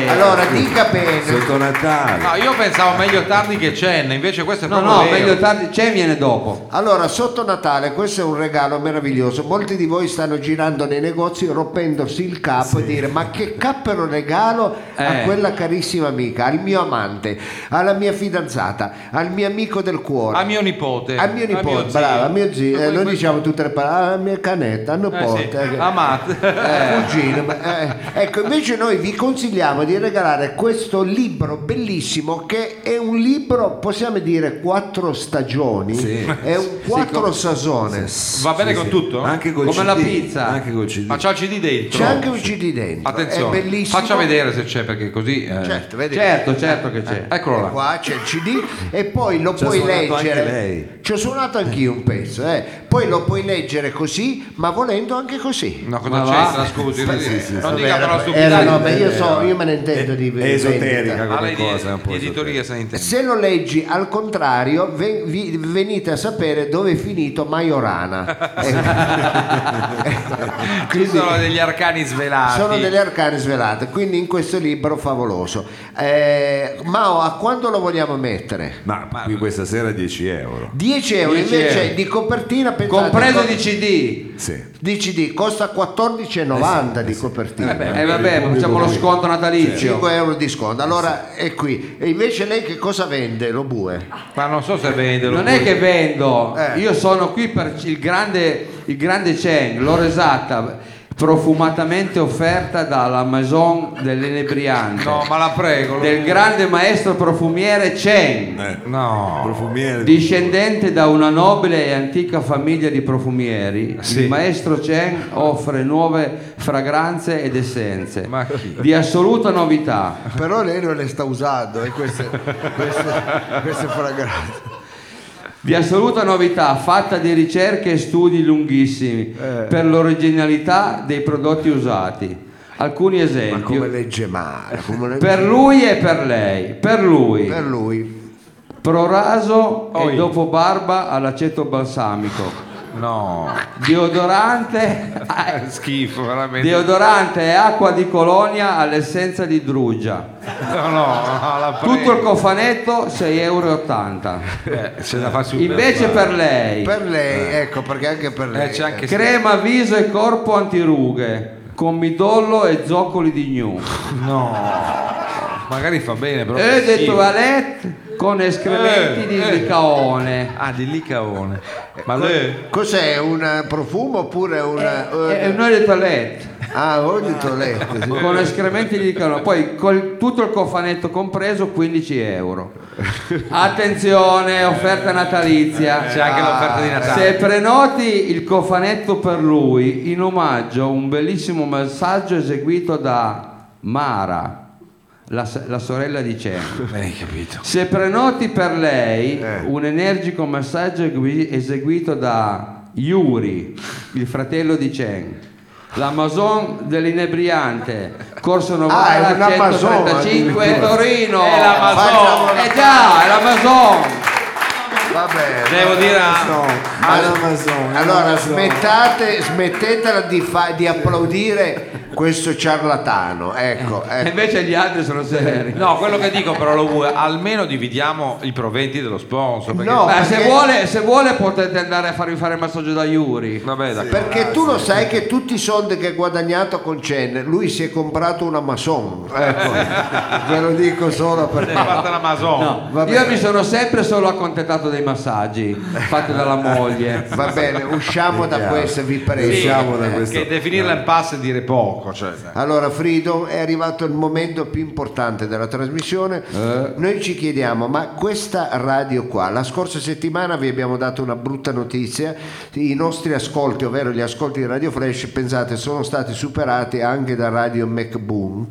S3: Eh.
S1: Allora, dica bene.
S2: Sotto Natale.
S4: No, io pensavo meglio tardi che cena, invece questo è
S3: No,
S4: proprio
S3: no,
S4: vero.
S3: meglio tardi, c'è viene dopo.
S1: Allora, sotto Natale, questo è un regalo meraviglioso. Molti di voi stanno girando nei negozi rompendosi il capo e dire ma che cappero regalo a
S3: Eh.
S1: quella carissima amica, al mio amante, alla mia fidanzata, al mio amico del cuore.
S4: A mio nipote.
S1: al mio nipote,
S4: zio.
S1: bravo, a mio zio,
S4: Ma
S1: eh,
S4: poi
S1: noi
S4: questo-
S1: diciamo tutte le parole, a mia canetta, a
S4: Eh, sì.
S1: nipote, eh,
S4: A Matt.
S1: eh, cugino, ma, eh, ecco, invece noi vi consigliamo di regalare questo libro bellissimo che è un libro, possiamo dire, quattro stagioni,
S2: Sì.
S1: è un quattro sazone.
S4: Va bene con tutto?
S2: Anche col
S3: Come
S2: CD,
S3: la pizza.
S2: Anche col CD.
S4: Ma c'ha il CD dentro.
S1: C'è anche un CD dentro, è
S4: Attenzione,
S1: bellissimo.
S4: faccia vedere se c'è perché così... eh.
S1: Certo, vedi.
S3: Certo, certo che c'è.
S4: Eccolo là.
S1: Qua c'è il CD e poi lo
S2: Ci ha
S1: puoi
S2: suonato anche
S1: leggere.
S2: lei.
S1: Ci ho suonato anch'io un pezzo, eh. poi lo puoi leggere così, ma volendo anche così.
S4: No,
S3: Ma
S4: cosa
S3: va.
S4: c'entra? Scusi, non
S1: Vabbè,
S4: dica
S1: era-
S4: però
S1: era- no,
S4: stupidaggini.
S1: ma io, so, io me ne intendo di
S2: È Eh, esoterica
S1: vendita.
S4: Ma
S2: come
S4: lei di,
S2: cosa. è un po'
S4: di editoria se ne intende.
S1: Se lo leggi al contrario, ve- vi- venite a sapere dove è finito Majorana. Eh.
S4: Ci
S1: Quindi
S4: sono degli arcani svelati.
S1: sono delle arcane svelate, quindi in questo libro favoloso. Eh, Mao, a quando lo vogliamo mettere?
S2: Ma qui questa sera 10 euro.
S1: 10 euro
S3: 10
S1: invece
S3: euro.
S1: di copertina, pensate,
S3: Compreso
S1: co-
S3: di CD.
S2: Sì.
S1: di CD, costa 14,90 di copertina.
S3: Eh vabbè, ma facciamo lo sconto natalizio.
S1: 5 euro di sconto,
S3: Eh
S1: allora è qui. E invece lei che cosa vende? Lo bue?
S4: Ma non so se vende
S3: Non è che vendo,
S1: Eh.
S3: io sono qui per il grande, il grande Cheng, l'ora esatta, profumatamente offerta dalla Maison dell'Enebriante,
S4: No, ma la prego. lo-
S3: del grande maestro profumiere Cheng,
S2: Eh,
S4: No.
S2: Profumiere.
S3: discendente da una nobile e antica famiglia di profumieri.
S4: Sì.
S3: Il maestro Cheng offre nuove fragranze ed essenze
S4: Ma chi?
S3: di assoluta novità.
S1: Però lei non le sta usando eh, queste, queste, queste fragranze.
S3: Di assoluta novità, fatta di ricerche e studi lunghissimi
S1: Eh.
S3: per l'originalità dei prodotti usati. Alcuni
S1: Ma come
S3: esempi.
S1: legge male, come legge-
S3: Per lui e per lei. Per lui.
S1: per lui.
S3: Proraso
S4: Oi.
S3: e dopo barba all'aceto balsamico.
S4: No,
S3: Deodorante,
S4: schifo, veramente.
S3: deodorante e acqua di colonia all'essenza di drugia.
S4: No, no, no, la
S3: Tutto il cofanetto 6,80 euro.
S4: prego. Eh, se la fa su
S3: Invece per lei,
S1: Per lei, ecco perché anche per lei.
S4: Eh, c'è anche
S3: crema viso e corpo antirughe con midollo e zoccoli di gnu.
S4: Magari fa bene, però.
S3: E de
S4: schifo.
S3: toilette con
S4: Eh,
S3: escrementi di
S4: eh.
S3: licaone.
S4: Ah, di lì cavone. Ma
S1: eh.
S4: lui.
S1: Cos'è? Un profumo oppure un.
S4: Eh,
S1: eh,
S3: E noi de toilette.
S1: Ah, ho detto lei.
S4: Eh.
S3: con escrementi di canola, poi col- tutto il cofanetto compreso 15 euro. Attenzione, offerta natalizia.
S4: Eh.
S3: Ah.
S4: C'è anche l'offerta di Natale.
S3: Se prenoti il cofanetto per lui, in omaggio un bellissimo messaggio eseguito da Mara, la, s- la sorella di Chen.
S4: Hai capito.
S3: Se prenoti per lei
S1: Eh.
S3: un energico messaggio egui- eseguito da Yuri, il fratello di Chen. L'Amazon dell'inebriante, Corso Novara
S1: Ah, è un Amazon,
S3: 135
S1: addirittura.
S3: Torino.
S4: È l'Amazon.
S3: Eh già, è l'Amazon.
S1: Vabbè.
S4: Devo dire a-
S2: Amazon.
S1: Allora smettate, smettetela di, fa- di applaudire questo ciarlatano, ecco,
S4: Eh.
S3: E
S1: ecco.
S3: invece gli altri sono seri.
S4: No, quello che dico però lo vuoi, almeno dividiamo i proventi dello sponsor. Perché... eh,
S1: No.
S3: Beh, se,
S1: perché-
S3: vuole, se vuole potete andare a farvi fare il massaggio da Yuri.
S4: Vabbè, d'accordo.
S1: Perché tu lo sai che tutti i soldi che ha guadagnato con Chen, lui si è comprato una Mason, ecco, ve lo dico solo
S4: È
S1: perché...
S4: fatta la Mason.
S3: No,
S1: va bene.
S3: io mi sono sempre solo accontentato dei massaggi fatti dalla moglie.
S1: Va bene, usciamo da questo, vi prego.
S4: Sì,
S2: Usciamo da
S1: Eh.
S2: questo.
S4: Che definirla in pass è dire poco. Cioè.
S1: Allora Frido è arrivato il momento più importante della trasmissione.
S2: Eh?
S1: Noi ci chiediamo, ma questa radio qua, la scorsa settimana vi abbiamo dato una brutta notizia, i nostri ascolti, ovvero gli ascolti di Radio Flash, pensate, sono stati superati anche da Radio MacBoom,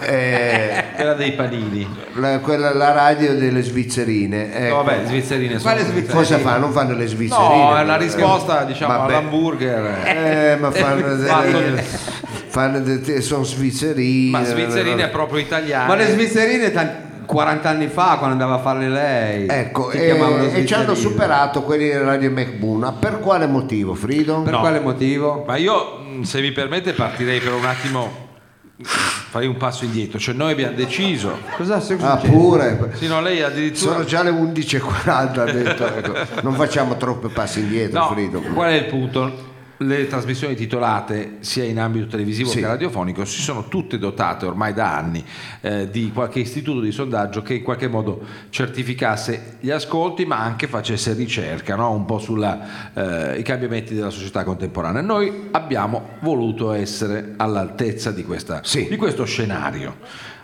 S1: Eh,
S4: Quella dei panini.
S1: la, quella- la radio delle Svizzerine. ecco.
S4: No, vabbè, svizzerine sono.
S3: Quale svizzerine?
S1: Cosa fa? Non fanno le Svizzerine?
S4: No, è la
S1: però.
S4: risposta, diciamo,
S1: Vabbè.
S4: all'hamburger.
S1: Eh, ma fanno
S4: Fatto-
S1: delle, fanno delle- sono svizzerine.
S4: Ma svizzerine è proprio italiana.
S3: Ma le svizzerine tan- 40 anni fa quando andava a farle lei.
S1: Ecco,
S3: si
S1: e,
S3: chiamavano
S1: e ci hanno
S3: svizzerine.
S1: superato quelli di Radio McBuna. Per quale motivo, Frido?
S3: Per quale motivo?
S4: Ma io, mh, se mi permette, partirei per un attimo. Farei un passo indietro. Cioè, noi abbiamo deciso.
S3: Cosa è successo?
S1: Ah, pure.
S4: Sì, no, lei addirittura.
S1: Sono già le 11.40, ha detto, ecco. non facciamo troppi passi indietro,
S4: No,
S1: Frido.
S4: qual è il punto? Le trasmissioni titolate sia in ambito televisivo
S1: Sì.
S4: che radiofonico si sono tutte dotate ormai da anni eh, di qualche istituto di sondaggio che in qualche modo certificasse gli ascolti ma anche facesse ricerca no? un po' sui cambiamenti della società contemporanea. Noi abbiamo voluto essere all'altezza di, questa-
S1: Sì.
S4: di questo scenario.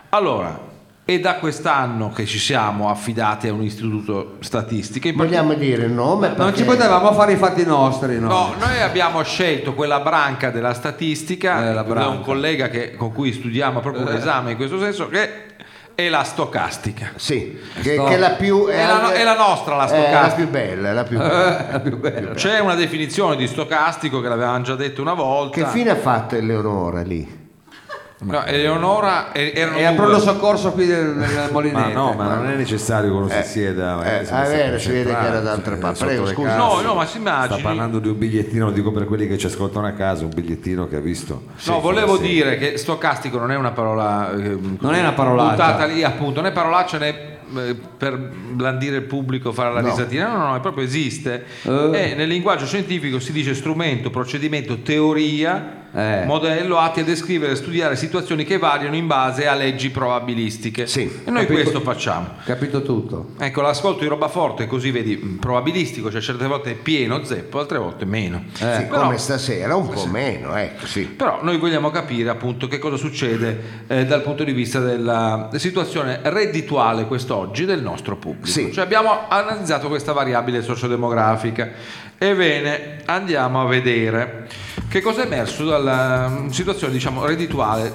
S4: Allora, è da quest'anno che ci siamo affidati a un istituto statistico. in
S1: Vogliamo dire il nome?
S3: Non
S1: perché-
S3: ci potevamo fare i fatti nostri, no?
S4: No, noi abbiamo scelto quella branca della statistica
S3: Eh, la
S4: da un Eh.
S3: branca.
S4: collega che- con cui studiamo proprio un esame in questo senso che è la stocastica.
S1: Sì, che, che è la più... Eh,
S4: È la- è la nostra, la
S1: è
S4: stoccastica.
S1: più bella, è la più bella.
S4: C'è una definizione di stocastico che l'avevamo già detto una volta.
S1: Che fine ha fatto Eleonora lì?
S4: No, Eleonora e- erano
S3: E a
S4: due.
S3: pronto soccorso qui del, del
S2: Ma
S3: Molinetto.
S2: no, ma non è necessario che uno si sieda.
S1: eh,
S2: magari si
S1: ah,
S2: mette
S1: vero, si vede che era
S2: concentrare,
S1: d'altra
S2: cioè,
S1: parte.
S2: sotto
S1: Prego,
S2: le
S1: scusa.
S2: casse.
S4: No, no, ma si immagini.
S2: Sta parlando di un bigliettino, lo dico per quelli che ci ascoltano a casa, un bigliettino che ha visto.
S4: No, volevo
S2: Sì.
S4: dire che stocastico non è una parola. Non
S3: è una parolaccia.
S4: Buttata lì, appunto, non è parolaccia né eh, per blandire il pubblico, fare la risatina. No, no, no, è proprio esiste.
S3: Eh.
S4: E nel linguaggio scientifico si dice strumento, procedimento, teoria.
S3: Eh.
S4: Modello atti a descrivere e studiare situazioni che variano in base a leggi probabilistiche.
S1: Sì,
S4: e noi
S3: capito.
S4: questo facciamo.
S3: Capito tutto.
S4: Ecco, l'ascolto di roba forte, così vedi, mh, probabilistico, cioè certe volte è pieno zeppo, altre volte meno.
S1: Sì,
S4: Eh. Però- Eh,
S1: come stasera, un po' meno, ecco, sì.
S4: però noi vogliamo capire appunto che cosa succede eh, dal punto di vista della situazione reddituale quest'oggi del nostro pubblico.
S1: Sì.
S4: Cioè abbiamo analizzato questa variabile sociodemografica. Ebbene, andiamo a vedere che cosa è emerso dalla mm, situazione diciamo reddituale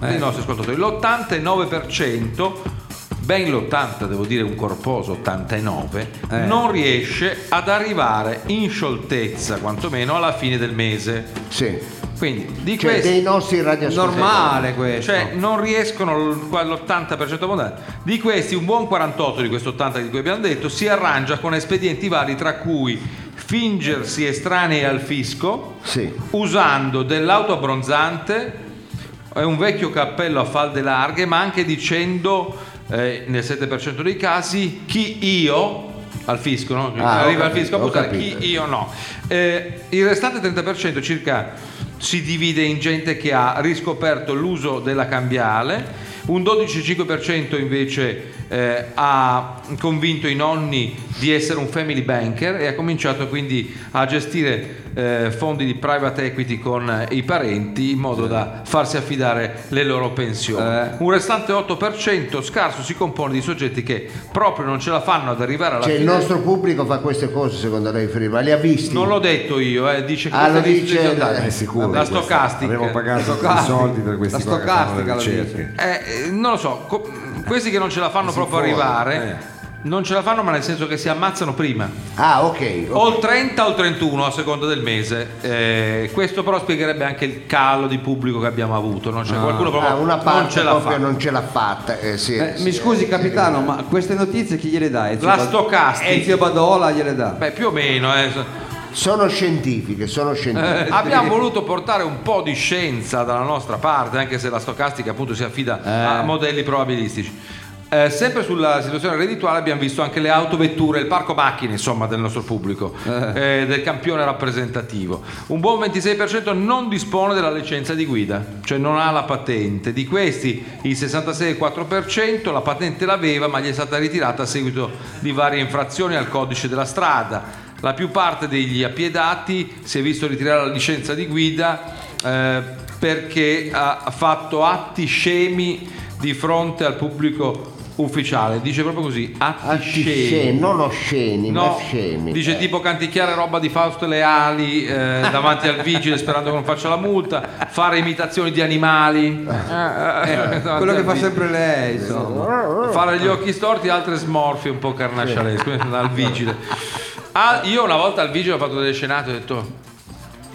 S4: dei nostri ascoltatori. L'89% ben l'80, devo dire un corposo 89, non riesce ad arrivare in scioltezza, quantomeno alla fine del mese.
S1: Sì.
S4: Quindi di
S1: Cioè,
S4: questo
S1: dei nostri radioascoltatori.
S3: Normale questo.
S4: cioè non riescono l- qua l'80% mondiale. Di questi un buon 48 di questo 80 di cui abbiamo detto si arrangia con espedienti vari tra cui fingersi estranei al fisco
S1: Sì.
S4: usando dell'auto abbronzante eh, un vecchio cappello a falde larghe ma anche dicendo eh, nel 7% dei casi chi io al fisco no?
S1: Ah, ho
S4: arriva al
S1: capito,
S4: fisco a
S1: ho
S4: buttare
S1: capito.
S4: chi io no Eh, il restante 30% circa si divide in gente che ha riscoperto l'uso della cambiale un 12,5% invece eh, ha convinto i nonni di essere un family banker e ha cominciato quindi a gestire eh, fondi di private equity con eh, i parenti in modo da farsi affidare le loro pensioni.
S1: Eh.
S4: Un restante 8% scarso si compone di soggetti che proprio non ce la fanno ad arrivare alla
S1: Cioè, il
S4: fine.
S1: nostro pubblico fa queste cose secondo lei, Frida, ma le ha visti?
S4: Non l'ho detto io, eh, dice che
S1: Ah, lo
S4: questa lista
S1: dice-
S4: di sondaggi.
S2: Eh, È sicuro.
S4: la
S2: di questo.
S4: stocastica.
S2: Abbiamo pagato i soldi per questi
S3: La
S2: qua che fanno le
S3: stocastica la
S2: ricerche.
S3: dice.
S4: Eh, eh, non lo so, co- questi che non ce la fanno proprio
S2: fuori,
S4: arrivare, non ce la fanno, ma nel senso che si ammazzano prima.
S1: Ah, ok.
S4: O il 30 o il 31 a seconda del mese. Eh, questo però spiegherebbe anche il calo di pubblico che abbiamo avuto. Non c'è qualcuno proprio
S1: Ah, una
S4: non
S1: parte
S4: ce la
S1: proprio
S4: fa.
S1: non ce l'ha fatta. eh, sì,
S3: Eh,
S1: sì.
S3: mi scusi capitano, ma queste notizie chi gliele dà? Ezio
S4: La
S3: Ba-
S4: stocastica.
S3: Ezio eh, Badola gliele dà.
S4: Beh, più o meno. eh.
S1: Sono scientifiche, sono scientifiche.
S4: Abbiamo voluto portare un po' di scienza dalla nostra parte, anche se la stocastica appunto si affida a modelli probabilistici. Eh, sempre sulla situazione reddituale abbiamo visto anche le autovetture, il parco macchine insomma del nostro pubblico, eh, del campione rappresentativo. Un buon 26% non dispone della licenza di guida, cioè non ha la patente. Di questi il 66,4% la patente l'aveva ma gli è stata ritirata a seguito di varie infrazioni al codice della strada. La più parte degli appiedati si è visto ritirare la licenza di guida eh, perché ha fatto atti scemi di fronte al pubblico ufficiale. Dice proprio così, atti, scemi. eh.
S1: Antisceni, non osceni, ma
S4: No,
S1: scemi. Eh.
S4: dice tipo canticchiare roba di Fausto Leali eh, davanti al vigile sperando che non faccia la multa, fare imitazioni di animali, eh, eh,
S3: Ah. Quello che fa
S4: davanti al
S3: sempre lei, insomma.
S4: vigile. fare gli occhi storti e altre smorfie un po' carnascialesche dal vigile. Ah, io una volta al vigile ho fatto delle scenate e ho detto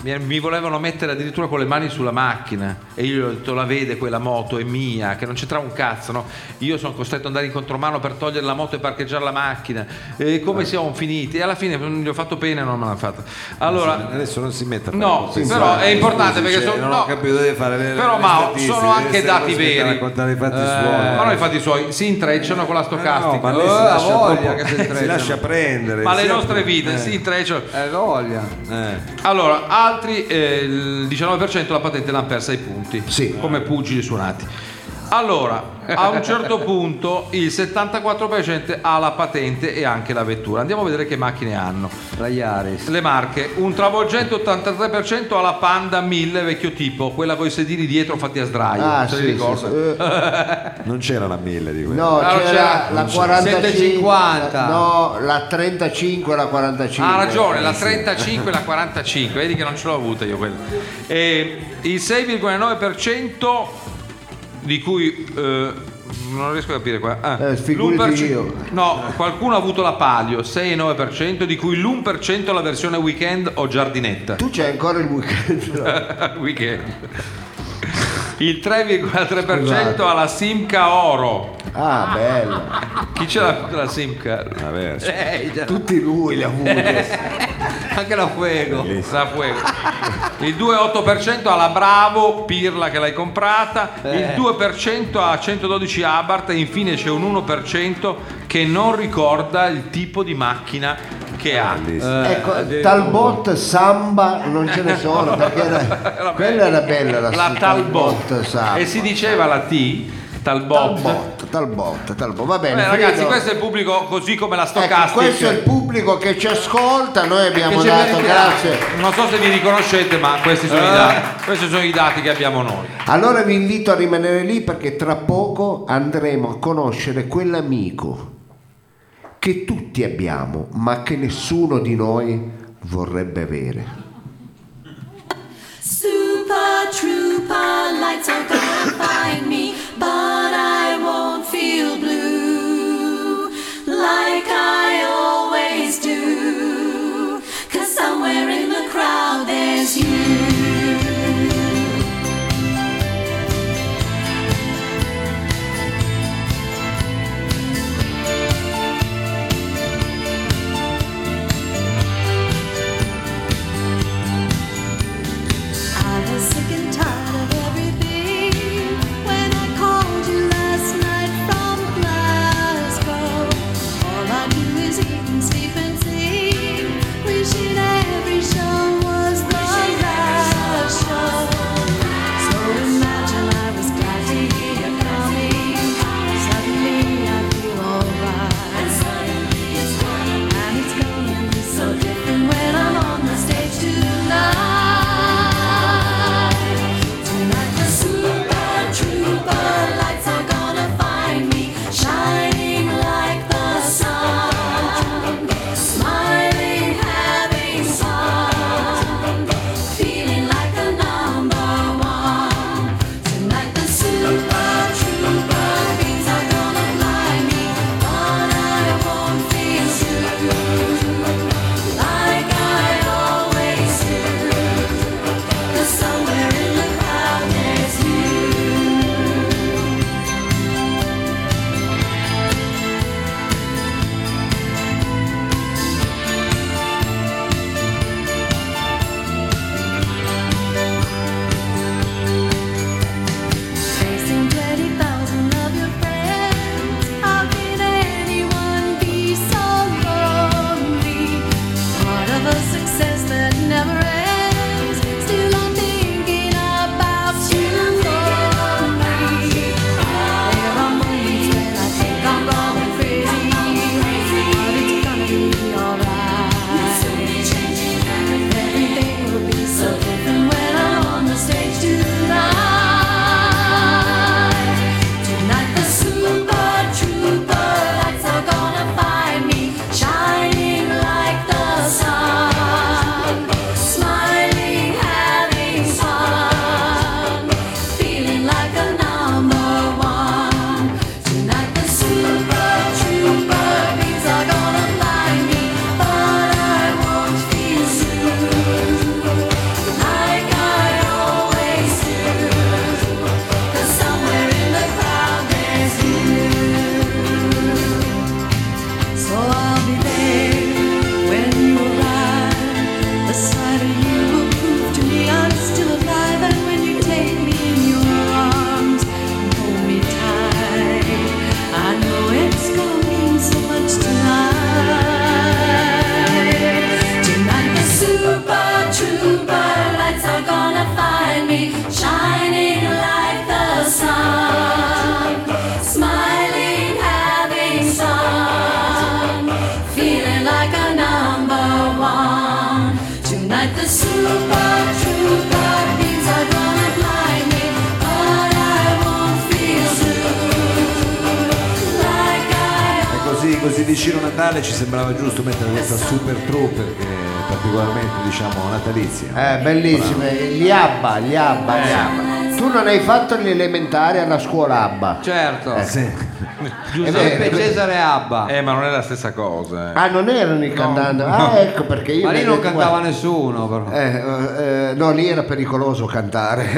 S4: mi, mi volevano mettere addirittura con le mani sulla macchina e io gli ho detto la vede quella moto è mia che non c'entra un cazzo no? io sono costretto ad andare in contromano per togliere la moto e parcheggiare la macchina e come siamo finiti e alla fine mm, gli ho fatto pena e non me l'hanno fatta allora
S2: Adesso non si metta a fare
S4: No,
S2: così.
S4: però è importante
S2: Scusi,
S4: perché
S2: cioè,
S4: sono-
S2: non
S4: no.
S2: ho capito deve fare le,
S4: però
S2: le
S4: Mao
S2: statistiche,
S4: sono anche
S2: deve
S4: dati
S2: stare a
S4: veri
S2: raccontare i fatti
S4: Eh,
S2: suoi.
S4: ma non i fatti suoi si intrecciano con la
S2: No,
S4: stocastica
S2: ma lei si
S3: Eh,
S2: lascia
S3: ha voglia
S2: troppo-
S3: che si
S2: si
S3: intrecciano.
S2: lascia prendere.
S4: ma le
S2: sia-
S4: nostre vite si intrecciano
S3: Eh, voglia.
S2: Eh.
S4: Allora, altri eh, il 19% la patente l'hanno persa ai punti,
S1: Sì.
S4: come pugili suonati. Allora, a un certo punto il 74% ha la patente e anche la vettura. Andiamo a vedere che macchine hanno.
S3: La Iaris.
S4: Le marche, un travolgente 83% ha la Panda 1000 vecchio tipo, quella con i sedili dietro fatti a sdraio,
S1: Ah,
S4: se
S1: sì,
S4: li
S1: sì,
S4: ricorda.
S1: sì. Eh,
S2: Non c'era la mille di quella.
S1: No,
S4: Allora
S1: c'era
S4: c'era-
S1: la
S4: non c'è.
S1: 45,
S3: 750.
S1: no, la 35 e la 45.
S4: Ha ragione, la 35 e la 45, vedi che non ce l'ho avuta io quella. E il 6,9% di cui eh, non riesco a capire qua. Ah,
S1: Eh, figurati
S4: l'1%,
S1: io.
S4: No, qualcuno ha avuto la palio, 6,9%, di cui l'1% la versione weekend o giardinetta.
S1: Tu c'hai ancora il weekend.
S4: weekend. Il 3,3% ha la Simca Oro.
S1: Ah, bello.
S4: Chi ce l'ha avuta la Simca?
S2: Vabbè, scusa,
S3: Lei, già-
S1: Tutti lui Eh, li ha avuti.
S3: anche la Fuego.
S4: La Fuego. Il 2,8% alla Bravo, Pirla che l'hai comprata, il 2% a 112 Abarth e infine c'è un 1% che non ricorda il tipo di macchina che ha. Eh,
S2: bellissimo.
S1: ecco, Talbot Samba non ce ne sono perché era-
S4: Era
S1: quella era bella la,
S4: La Talbot.
S1: Samba.
S4: E si diceva la T, Talbot.
S1: Talbot, Talbot, Talbot. Va bene,
S4: Beh, ragazzi,
S1: Fredo.
S4: questo è il pubblico così come la
S1: Eh, Ecco,
S4: stocastica.
S1: questo è il pubblico che ci ascolta, noi abbiamo
S3: Che ci
S1: dato,
S3: meritiamo.
S1: grazie.
S4: Non so se vi riconoscete, ma questi sono, i, dati, questi sono i dati che abbiamo noi.
S1: Allora vi invito a rimanere lì perché tra poco andremo a conoscere quell'amico che tutti abbiamo, ma che nessuno di noi vorrebbe avere.
S7: Super trooper lights are gonna find me, but I won't feel blue. The super trooper beams are gonna blind me, but I won't feel blue like I
S2: E così, così vicino a Natale ci sembrava giusto mettere questa super trooper che è particolarmente diciamo natalizia.
S1: Eh, bellissime, gli Abba, gli Abba, gli Abba. Tu non hai fatto gli elementari alla scuola Abba.
S3: Certo,
S1: Eh,
S3: Giuseppe
S1: beh,
S3: Cesare Abba.
S4: Eh, ma non è la stessa cosa. eh.
S1: Ah, non erano i cantanti. Ah, ecco perché io.
S3: Ma lì
S1: mi
S3: non
S1: vedo-
S3: cantava nessuno però.
S1: Eh, eh, eh, no, lì era pericoloso cantare.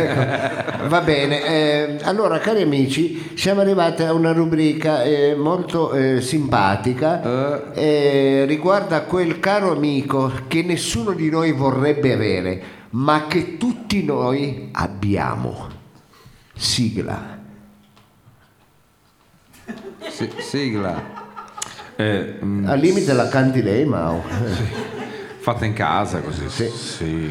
S1: ecco. Va bene, eh, allora cari amici, siamo arrivati a una rubrica eh, molto eh, simpatica, eh, riguarda quel caro amico che nessuno di noi vorrebbe avere, ma che tutti noi abbiamo. Sigla.
S3: Si- sigla.
S4: Eh, mm,
S1: Al limite la canti lei, Mao.
S4: fatta in casa così.
S1: Sì.
S4: sì.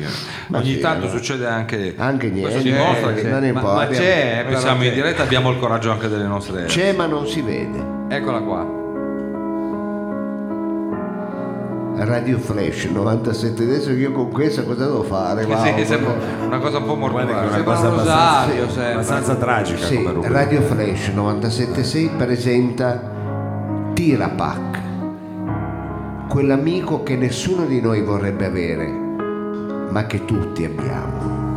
S1: Ma
S4: Ogni
S1: sì,
S4: tanto
S1: allora.
S4: succede anche.
S1: Anche
S4: Questo
S1: niente,
S4: dimostra
S1: eh,
S4: che.
S1: non
S4: ma,
S1: importa.
S4: ma c'è, eh,
S3: Però
S4: noi siamo in
S3: c'è.
S4: diretta, abbiamo il coraggio anche delle nostre.
S1: C'è ma non si vede.
S3: Eccola qua.
S1: Radio Flash 97 adesso io con questa cosa devo fare?
S4: Eh sì,
S1: Mao?
S4: sembra una cosa un po'
S2: Guarda che è
S4: mortuaria.
S2: una
S3: Sembra
S2: cosa
S3: un rosario,
S2: abbastanza,
S3: sembra.
S2: abbastanza tragica
S1: Sì,
S2: come rubrica.
S1: Radio Flash 976 presenta Tirapac, quell'amico che nessuno di noi vorrebbe avere, ma che tutti abbiamo.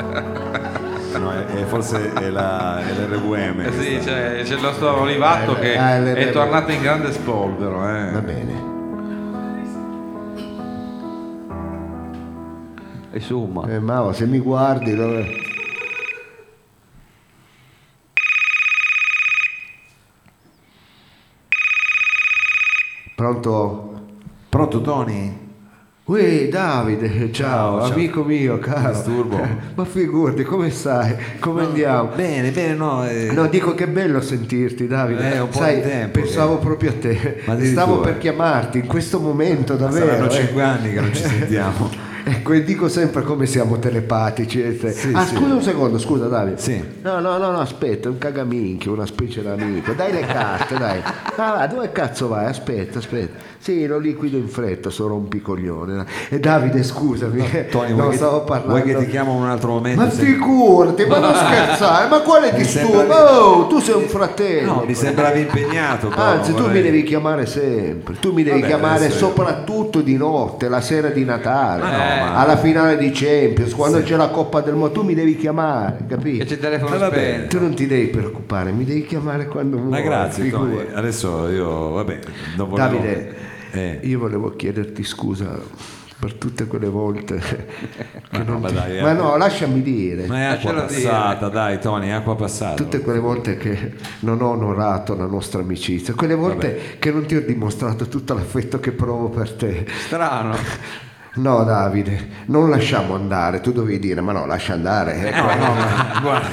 S2: No, è, è forse è la è l'RVM.
S4: Eh sì,
S2: questa.
S4: c'è, c'è il nostro Olivatto
S1: Eh,
S4: che
S1: eh, le-
S4: è
S1: le-
S4: tornato in grande spolvero. eh.
S1: Va bene.
S3: E summa.
S1: Eh, Mao, se mi guardi dove... Pronto?
S2: Pronto Tony?
S1: Uè Davide, ciao,
S2: Ciao, ciao.
S1: amico mio, caro.
S2: Disturbo.
S1: Ma figurati, come stai? Come andiamo?
S2: Bene, bene, no. eh,
S1: No, dico che è bello sentirti Davide.
S2: Eh, un po'
S1: Sai,
S2: di tempo
S1: pensavo
S2: che-
S1: proprio a te.
S2: Ma addirittura.
S1: Stavo per chiamarti in questo momento davvero.
S2: Saranno
S1: eh.
S2: cinque anni che non ci sentiamo.
S1: Ecco, e dico sempre come siamo telepatici. eh, te.
S2: Sì,
S1: ah,
S2: sì.
S1: scusa un secondo, scusa Davide.
S2: Sì.
S1: No, no, no, no, aspetta, un cagaminchio, una specie d'amico. Dai le carte, dai. Ah, va, dove cazzo vai? Aspetta, aspetta. Sì, lo liquido in fretta, sono un piccoglione. E Davide, scusami,
S2: Tony,
S1: non
S2: vuoi,
S1: stavo
S2: che,
S1: parlando.
S2: vuoi che ti chiamo in un altro momento?
S1: ma
S2: Se-
S1: figurati, ma non scherzare, ma quale disturbo?
S2: sembra-
S1: Oh, tu sei un fratello.
S2: No, mi sembravi impegnato. però
S1: Anzi, tu
S2: vorrei-
S1: mi devi chiamare sempre, tu mi devi
S2: Vabbè,
S1: chiamare
S2: adesso io-
S1: soprattutto di notte, la sera di Natale, Eh,
S2: Ma no, ma-
S1: alla finale di Champions, quando c'è la Coppa del Mondo, tu mi devi chiamare,
S3: E
S1: capito?
S3: c'è il telefono
S2: Eh, va bene.
S3: spento.
S1: Tu non ti devi preoccupare, mi devi chiamare quando vuoi.
S2: Ma grazie, Tony.
S1: figurati.
S2: Adesso io, vabbè, non volevo...
S1: Davide,
S2: Eh.
S1: io volevo chiederti scusa per tutte quelle volte.
S2: Ma no, ma dai, è
S1: Ma
S2: acqua-
S1: no, lasciami eh, dire.
S2: ma è acqua
S3: Lascialo dire.
S2: passata, dai Tony, è acqua passata. Eh,
S1: Tutte quelle volte che non ho onorato la nostra amicizia, quelle volte che non ti ho dimostrato tutto l'affetto che provo per te.
S3: Strano.
S1: No Davide, non lasciamo andare, tu dovevi dire ma no lascia andare.
S2: Eh,
S1: Ecco.
S2: No, no, ma guarda,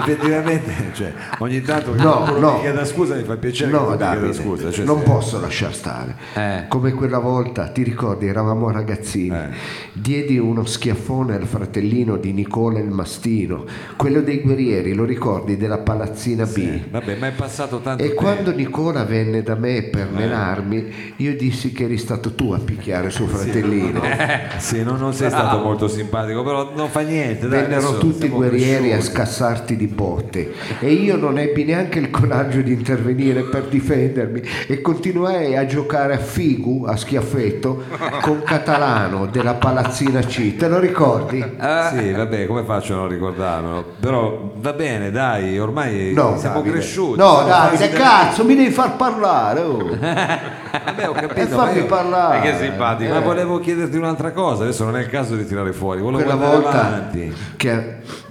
S2: effettivamente, cioè, ogni tanto che
S1: No,
S2: qualcuno
S1: no.
S2: mi chieda scusa mi fa piacere che
S1: No
S2: mi
S1: Davide,
S2: chieda scusa. Cioè,
S1: non
S2: se-
S1: posso lasciar stare.
S3: Eh.
S1: Come quella volta, ti ricordi, eravamo ragazzini,
S2: Eh.
S1: diedi uno schiaffone al fratellino di Nicola il Mastino, quello dei guerrieri, lo ricordi, della palazzina B.
S2: eh, Vabbè, ma è passato tanto
S1: E
S2: tempo.
S1: quando Nicola venne da me per
S2: Eh.
S1: menarmi, io dissi che eri stato tu a picchiare suo fratellino.
S2: Eh, Sì, non, non sei stato molto simpatico, però non fa niente. dai,
S1: Vennero
S2: adesso
S1: tutti i
S2: siamo
S1: guerrieri a
S2: cresciuti.
S1: scassarti di botte e io non ebbi neanche il coraggio di intervenire per difendermi e continuai a giocare a figu, a schiaffetto, con Catalano della palazzina C. Te lo ricordi?
S2: Sì, vabbè, come faccio a non ricordarmelo? Però va bene, dai, ormai
S1: No,
S2: siamo
S1: Davide.
S2: cresciuti.
S1: No,
S2: siamo
S1: Davide,
S2: quasi
S1: cazzo, mi devi far parlare. oh.
S2: Vabbè, ho capito,
S1: E
S2: ma
S1: fammi
S2: io-
S1: parlare.
S4: Eh, che simpatico.
S2: Ma volevo chiederti un'altra cosa, adesso non è il caso di tirare fuori, volevo
S1: quella
S2: andare
S1: volta
S2: avanti.
S1: che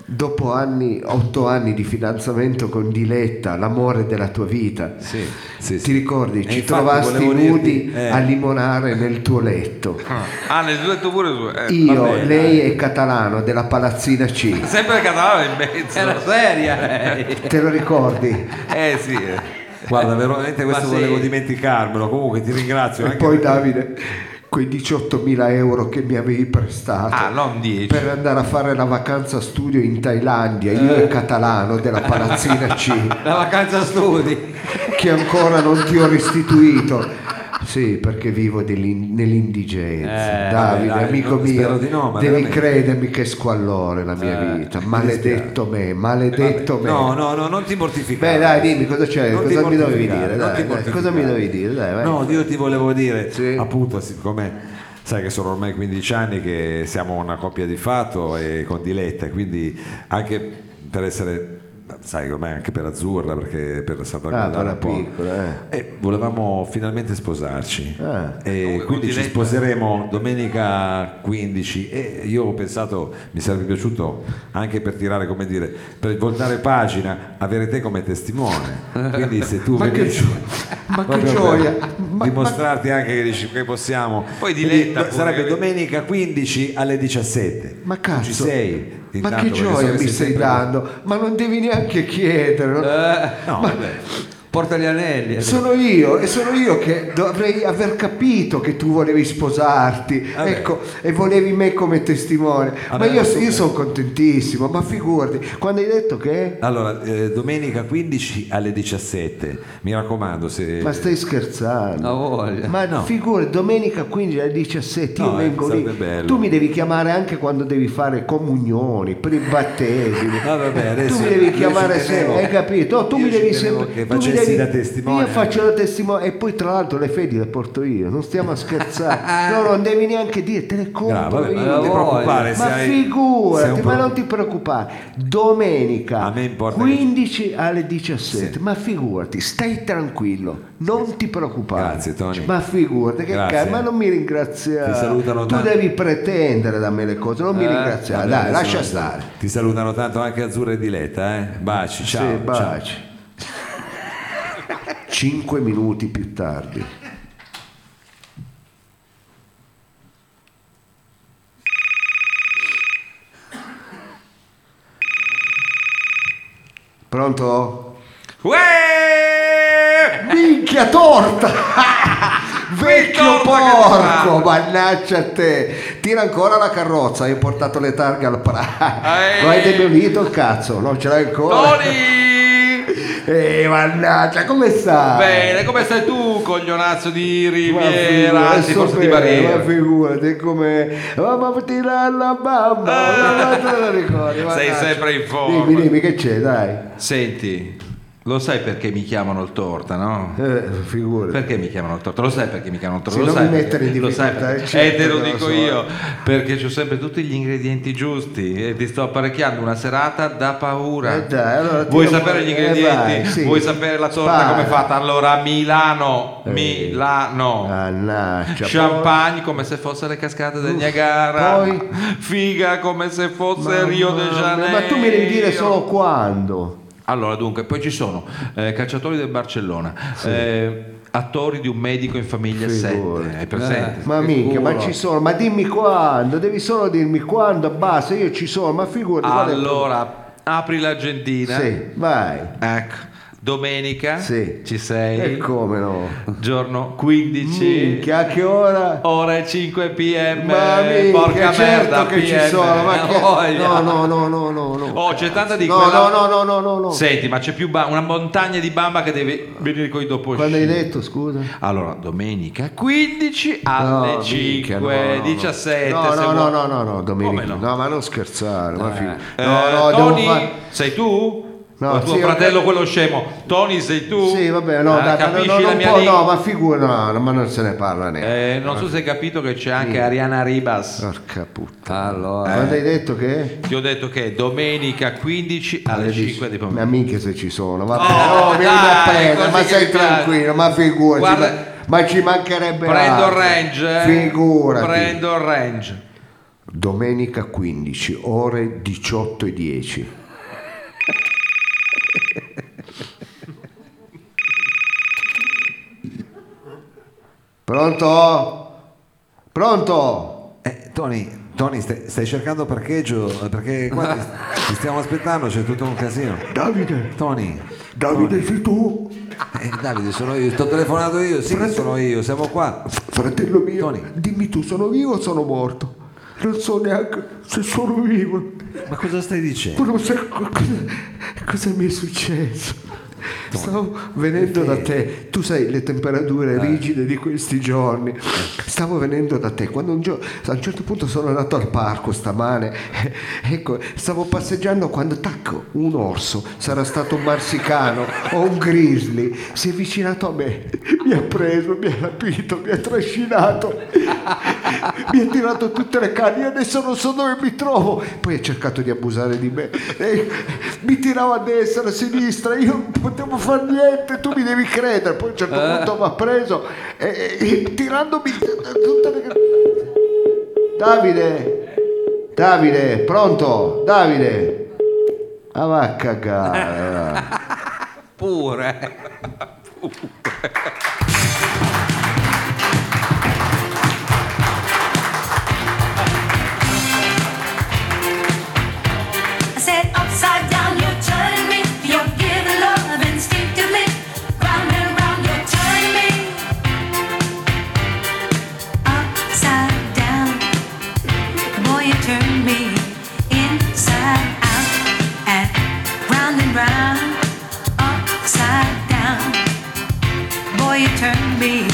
S1: dopo anni, otto anni di fidanzamento con Diletta, l'amore della tua vita,
S2: Sì, sì,
S1: ti
S2: sì.
S1: ricordi,
S2: E
S1: ci
S2: infatti
S1: trovasti
S2: volevo dirti-
S1: nudi
S2: eh.
S1: a limonare nel tuo letto.
S4: Ah, nel duetto pure su. eh.
S1: Io,
S2: vabbè,
S1: lei e Catalano della palazzina C.
S4: Sempre il catalano in mezzo.
S3: Era seria lei.
S1: Te lo ricordi?
S4: Eh sì. eh.
S1: Eh,
S2: Guarda, veramente questo
S3: Ma sì.
S2: volevo dimenticarmelo. Comunque ti ringrazio.
S1: E
S2: anche
S1: poi
S2: perché-
S1: Davide quei 18.000 euro che mi avevi prestato
S4: Ah, non 10.
S1: per andare a fare la vacanza studio in Thailandia,
S2: Eh.
S1: io e Catalano della Palazzina C,
S3: La vacanza studi.
S1: che ancora non ti ho restituito. Sì, perché vivo dell'in- nell'indigenza.
S2: Eh,
S1: Davide,
S2: vabbè, dai,
S1: amico
S2: non-
S1: mio,
S2: spero di no, ma
S1: devi
S2: veramente.
S1: credermi che squallore la mia
S2: Eh,
S1: vita.
S2: mi
S1: Maledetto me, maledetto me.
S2: No, no, no, non ti mortificare.
S1: Beh, dai, dimmi cosa c'è,
S2: Non ti
S1: cosa mi dovevi
S2: mortificare,
S1: dire?
S2: non
S1: dai,
S2: ti
S1: dai, cosa mi
S2: mortificare.
S1: dovevi dire? Dai, vai.
S2: No, io ti volevo dire,
S1: Sì.
S2: appunto, siccome sai che sono ormai 15 anni che siamo una coppia di fatto e con Diletta, quindi anche per essere, sai, ormai anche per Azzurra, perché per
S1: Ah,
S2: salvaguardare
S1: per la
S2: un po'.
S1: piccola, eh.
S2: E volevamo finalmente sposarci
S1: Ah.
S2: e quindi
S4: Comunque, con
S2: ci
S4: Diletta.
S2: sposeremo domenica 15 e io ho pensato mi sarebbe piaciuto anche per tirare come dire per voltare pagina avere te come testimone quindi se tu
S1: Ma che
S2: venisci
S1: ma che
S2: proprio per
S1: gioia, ma-
S2: dimostrarti anche che dici che possiamo
S4: Poi
S2: Quindi,
S4: Diletta
S2: do-
S4: pure,
S2: sarebbe
S4: che-
S2: domenica 15 alle 17
S1: Ma
S2: Tu
S1: cazzo,
S2: ci sei
S1: ma
S2: intanto,
S1: che
S2: perché so
S1: gioia mi
S2: sei
S1: stai
S2: sempre-
S1: dando? Ma non devi neanche chiedere. no?
S2: no vabbè.
S3: Porta gli anelli.
S1: Sono io e sono io che dovrei aver capito che tu volevi sposarti
S2: Vabbè.
S1: ecco, e volevi me come testimone. ma
S2: Vabbè,
S1: io,
S2: vabbè.
S1: io sono contentissimo, ma figurati, quando hai detto che...
S2: allora eh, domenica 15 alle 17 mi raccomando se
S1: Ma stai scherzando?
S3: Ha voglia.
S1: Ma
S2: Eh. No.
S1: figurati, domenica 15 alle 17 io
S2: No, eh,
S1: vengo lì.
S2: sarebbe bello.
S1: Tu mi devi chiamare anche quando devi fare comunioni, per i battesimi.
S2: Ah, vabbè, adesso
S1: tu mi devi
S2: io
S1: chiamare
S2: ci tenevo-
S1: sempre, hai capito? Oh, tu
S2: io
S1: mi
S2: ci
S1: devi
S2: tenevo
S1: sempre.
S2: che
S1: tu mi
S2: facessi
S1: devi-
S2: da testimone.
S1: Io faccio da testimone e poi tra l'altro le fedi le porto io, non stiamo a scherzare. no, non devi neanche dire, te le compro
S2: Brava, vabbè, ma
S1: io.
S2: non ti
S3: voglio.
S2: preoccupare se
S1: Ma
S2: hai- sei
S1: figurati,
S2: un
S1: ma
S2: pro-
S1: non ti preoccupare. Domenica
S2: A me importa che-
S1: 15 alle 17. Ma figurati, stai tranquillo, non ti preoccupare.
S2: Grazie, Tony.
S1: Ma figurati, che
S2: Grazie.
S1: cazzo, ma non mi ringraziare.
S2: Ti salutano
S1: tu
S2: tanti.
S1: devi pretendere da me le cose, non mi ringraziare.
S2: Vabbè,
S1: Dai,
S2: adesso
S1: lascia
S2: non-
S1: stare.
S2: Ti salutano tanto anche Azzurra e Diletta, eh? Baci, ciao.
S1: sì,
S2: ciao.
S1: baci. 5 minuti più tardi. Pronto?
S4: Uè!
S1: Minchia torta! Vecchio
S4: Che torta che
S1: porco, mannaggia a te! Tira ancora la carrozza, hai portato le targhe al prato.
S4: Ehi.
S1: Lo hai demolito il cazzo, non ce l'hai ancora.
S4: Tony!
S1: Ehi, Eh, mannaggia, come stai?
S4: Bene, come stai tu, coglionazzo di
S1: Ma
S4: Riviera,
S1: figurati,
S4: anzi forse di
S1: so bene, Ma
S4: Barriera?
S1: figurati come oh, ma tira la bamba, ma te la ricordi,
S4: Ah. Sei
S1: mannaggia.
S4: sempre in forma.
S1: Dimmi, dimmi che c'è, dai.
S4: Senti, lo sai perché mi chiamano il torta, no?
S1: Eh, figurati.
S4: Perché mi chiamano il torta? Lo sai perché mi chiamano il torta?
S1: Sì,
S4: lo
S1: non
S4: sai
S1: mi mettere in
S4: perché- lo sai
S1: difficoltà,
S4: perché-
S1: eh, certo
S4: eh, te lo
S1: che lo
S4: dico
S1: so,
S4: io, perché ho sempre tutti gli ingredienti giusti e ti sto apparecchiando una serata da paura.
S1: Eh, dai, allora ti
S4: Vuoi
S1: do-
S4: sapere gli
S1: eh,
S4: ingredienti?
S1: vai, sì.
S4: Vuoi sapere la torta
S1: Spara.
S4: come è fatta? Allora, Milano,
S1: Eh.
S4: Milano.
S1: Ah, Mannaggia.
S4: Champagne come se fosse le cascate del Niagara,
S1: poi?
S4: figa come se fosse Rio de
S1: Mamma mia,
S4: Janeiro.
S1: Ma tu mi devi dire solo quando.
S4: Allora, dunque, poi ci sono eh, calciatori del Barcellona, eh, attori di un medico in famiglia
S1: Figurati. Eh,
S4: 7. Hai presente?
S1: Ma
S3: Che
S1: minchia, ma
S3: culo.
S1: ci sono, ma dimmi quando, devi solo dirmi quando, basta, io ci sono, ma figurati. guarda-
S4: allora, apri l'Argentina.
S1: Sì, vai.
S4: Ecco. Domenica
S1: Sì.
S4: ci sei.
S1: E come no?
S4: Giorno 15.
S1: Minchia, a che ora?
S4: Ora 5 pm.
S1: Ma minchia,
S4: porca
S1: certo
S4: merda.
S1: che ci
S4: PM.
S1: sono, ma
S4: Eh,
S1: che...
S4: voglia.
S1: No, no, no, no, no, no.
S4: Oh, c'è tanta di
S1: no,
S4: quella-
S1: no, no, no, no, no, no.
S4: Senti, ma c'è più ba- una montagna di bamba che deve venire con i dopo
S1: Quando hai detto, scusa?
S4: Allora, domenica 15 alle
S1: No,
S4: 5,
S1: minchia, no, no, no.
S4: 17.
S1: No, no,
S4: se vuoi.
S1: no, no, no, no, Domenico.
S4: Come no?
S1: No? ma non scherzare, ma figu-
S4: Eh,
S1: No, no,
S4: Tony,
S1: devo fare...
S4: sei tu?
S1: No,
S4: o tuo
S1: sì,
S4: fratello
S1: ok.
S4: quello scemo. Tony, sei tu?
S1: Sì, vabbè, no,
S4: Ah,
S1: dai, ma
S4: capisci
S1: no,
S4: la
S1: non
S4: mia
S1: può,
S4: linea?
S1: no, ma figura, no, ma non se ne parla neanche.
S4: Eh, non so se hai capito che c'è anche Ariana Ribas.
S1: Porca puttana.
S3: Allora.
S1: Quando
S4: Eh.
S1: hai detto che?
S4: Ti ho detto che domenica 15 alle 5 di
S1: Ma
S4: pomeriggio.
S1: minchia se ci sono, va
S4: Oh,
S1: bene. Oh, vieni
S4: dai,
S1: a prendere,
S4: così
S1: ma
S4: che mi
S1: sei
S4: piace.
S1: tranquillo, ma figurati.
S4: Guarda-
S1: ma, ma ci mancherebbe
S4: Prendo il
S1: altro.
S4: range. eh.
S1: Figurati.
S4: Prendo il range.
S1: Domenica 15, ore 18 e 10. Pronto? Pronto?
S2: Eh, Tony, Tony, stai, stai cercando parcheggio? Perché qua ti, ti stiamo aspettando, c'è tutto un casino.
S1: Davide,
S2: Tony,
S1: Davide sei tu?
S2: eh, Davide, sono io, sto telefonando io, sì, sono io, siamo qua.
S1: Fratello mio, dimmi tu, sono vivo o sono morto? Non so neanche se sono vivo.
S2: Ma cosa stai dicendo?
S1: Ma non sai co- cosa, cosa mi è successo. Stavo venendo da te, tu sai le temperature rigide di questi giorni, stavo venendo da te, quando un gio- a un certo punto sono andato al parco stamane, ecco, stavo passeggiando quando tacco, un orso, sarà stato un marsicano o un grizzly, si è avvicinato a me, mi ha preso, mi ha rapito, mi ha trascinato mi ha tirato tutte le canne, io adesso non so dove mi trovo. Poi ha cercato di abusare di me, E mi tirava a destra, a sinistra, io non potevo fare niente, tu mi devi credere. Poi a un certo punto mi ha preso e, e- e tirandomi tutte le canne. Davide, Davide, pronto, Davide. Ah, va a cagare.
S4: Pure.
S7: I said upside down, you're turning me. You're giving love instinctively. Round and round, you're turning me. Upside down, boy, you turn me inside out and round and round. Upside down, boy, you turn me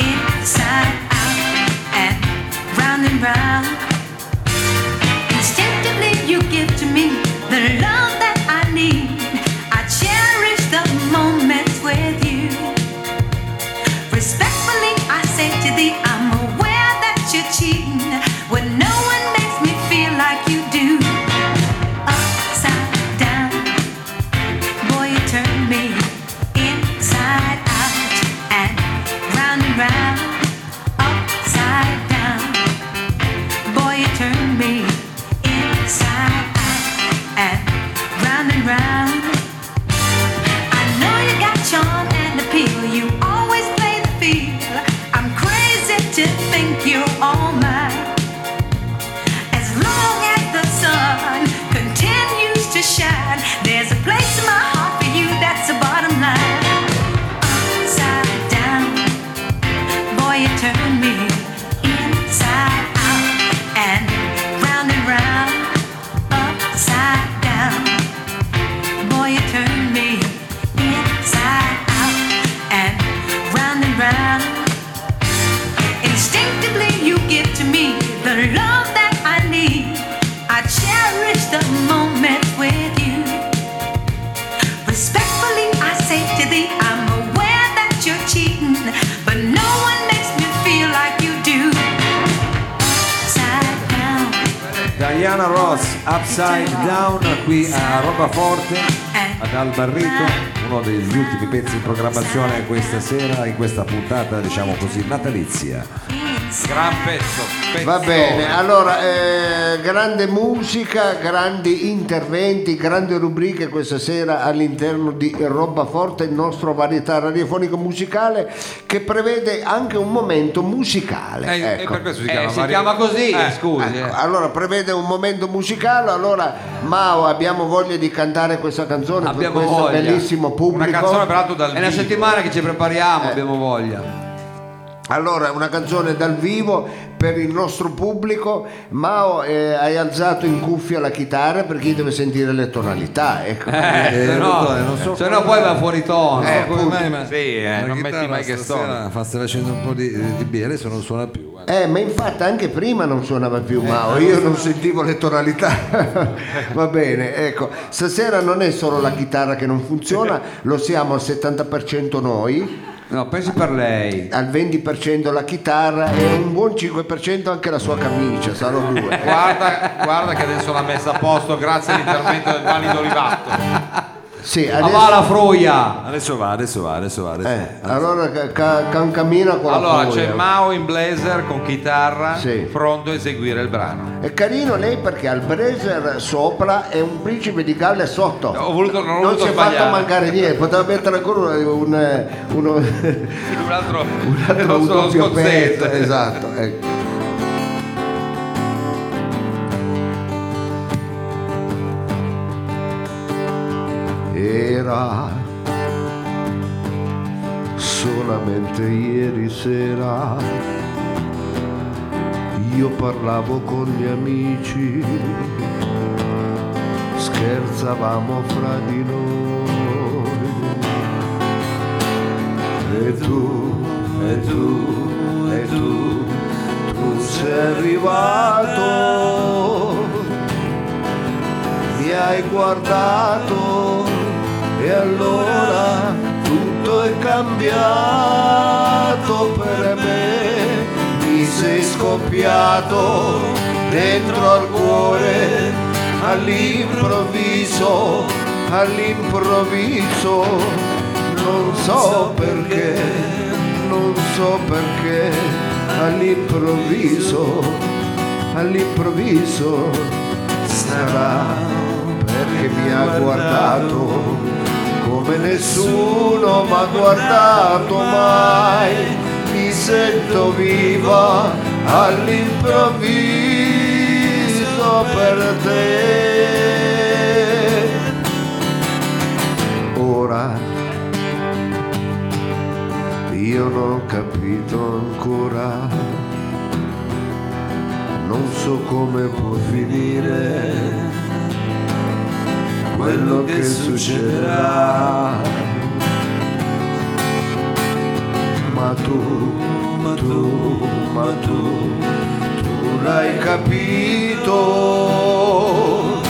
S7: inside out and round and round. Instinctively you give to me the love that I need. I cherish the moment with you. Respectfully, I say to thee, I'm aware that you're cheating when no one makes me feel like you do. Upside down, boy, you turn me inside out and round and round. Upside down. Boy, you turn me inside out and round and round. I know you got charm and appeal. You always play the field. I'm crazy to think you're all mine. As long as the sun continues to shine, there's a place in my heart for you. That's the bottom line. Upside down. Boy, you turn me inside out and round and round, upside down. Boy, you turn me inside out and round and round. Instinctively, you give to me the love that I need. I cherish the moment with you. Respectfully, I say to thee, I'm aware that you're cheating, but no one makes me feel like you do. Upside down
S2: Diana Ross, Upside Down, qui a Roba Forte,
S7: and
S2: ad Albarrito, uno degli ultimi pezzi in programmazione questa sera, in questa puntata, diciamo così, natalizia.
S7: inside.
S4: Gran pezzo. pezzo.
S1: Va bene, allora eh, grande musica, grandi interventi, grandi rubriche questa sera all'interno di Roba Forte, il nostro varietà radiofonico musicale che prevede anche un momento musicale.
S4: Eh, eh,
S1: ecco.
S4: per questo si
S3: Eh,
S4: chiama,
S3: si
S4: Mario.
S3: chiama così,
S4: Eh,
S3: scusi.
S1: Ecco,
S3: eh.
S1: allora prevede un momento musicale, allora Mao abbiamo voglia di cantare questa canzone
S3: Abbiamo
S1: per questo
S3: voglia.
S1: bellissimo
S4: Una
S1: pubblico.
S4: canzone peraltro dal
S3: È una
S4: vivo.
S3: settimana che ci prepariamo, abbiamo voglia.
S1: Allora, una canzone dal vivo per il nostro pubblico. Mao, eh, hai alzato in cuffia la chitarra per chi deve sentire le tonalità. Ecco.
S3: Eh, se no,
S2: dottore, non so
S3: se no poi va fuori tono.
S1: Eh,
S4: Come
S1: appunto.
S4: mai, ma... Sì, eh, non metti mai che sono.
S2: Fa sta facendo un po' di, di birra, adesso non suona più. guarda.
S1: Eh, ma infatti anche prima non suonava più Mao, io non sentivo le tonalità. Va bene, ecco, stasera non è solo la chitarra che non funziona, lo siamo al 70% noi,
S3: No, pensi per lei.
S1: al 20% la chitarra e un buon 5% anche la sua camicia, sarò due.
S4: Guarda, guarda che adesso l'ha messa a posto grazie all'intervento del valido Olivato.
S1: Sì,
S3: Ma
S1: adesso...
S3: va la fruia!
S2: Adesso va, adesso va, adesso va. Adesso va.
S1: Eh, allora ca- ca- can- cammina con la
S4: Allora
S1: folla.
S4: c'è Mao in blazer con chitarra,
S1: Sì.
S4: pronto a eseguire il brano.
S1: È carino lei perché al Breser sopra e un principe di Galles sotto.
S4: Ho voluto- non ho voluto
S1: si è
S4: sbagliare.
S1: fatto mancare niente, poteva mettere ancora un, un- uno,
S4: Un altro,
S1: un altro
S4: lo
S1: un
S4: so,
S1: doppio
S4: scozzese.
S1: pezzo. Esatto, ecco. Era solamente ieri sera io parlavo con gli amici, scherzavamo fra di noi. E tu, e tu, e tu, tu sei arrivato mi hai guardato e allora tutto è cambiato per me, mi sei scoppiato dentro al cuore all'improvviso, all'improvviso, non so perché, non so perché, all'improvviso all'improvviso sarà perché mi ha guardato come nessuno m'ha guardato mai mi sento viva all'improvviso per te ora io non ho capito ancora non so come può finire quello che succederà. Ma tu, ma tu, ma tu, tu l'hai capito,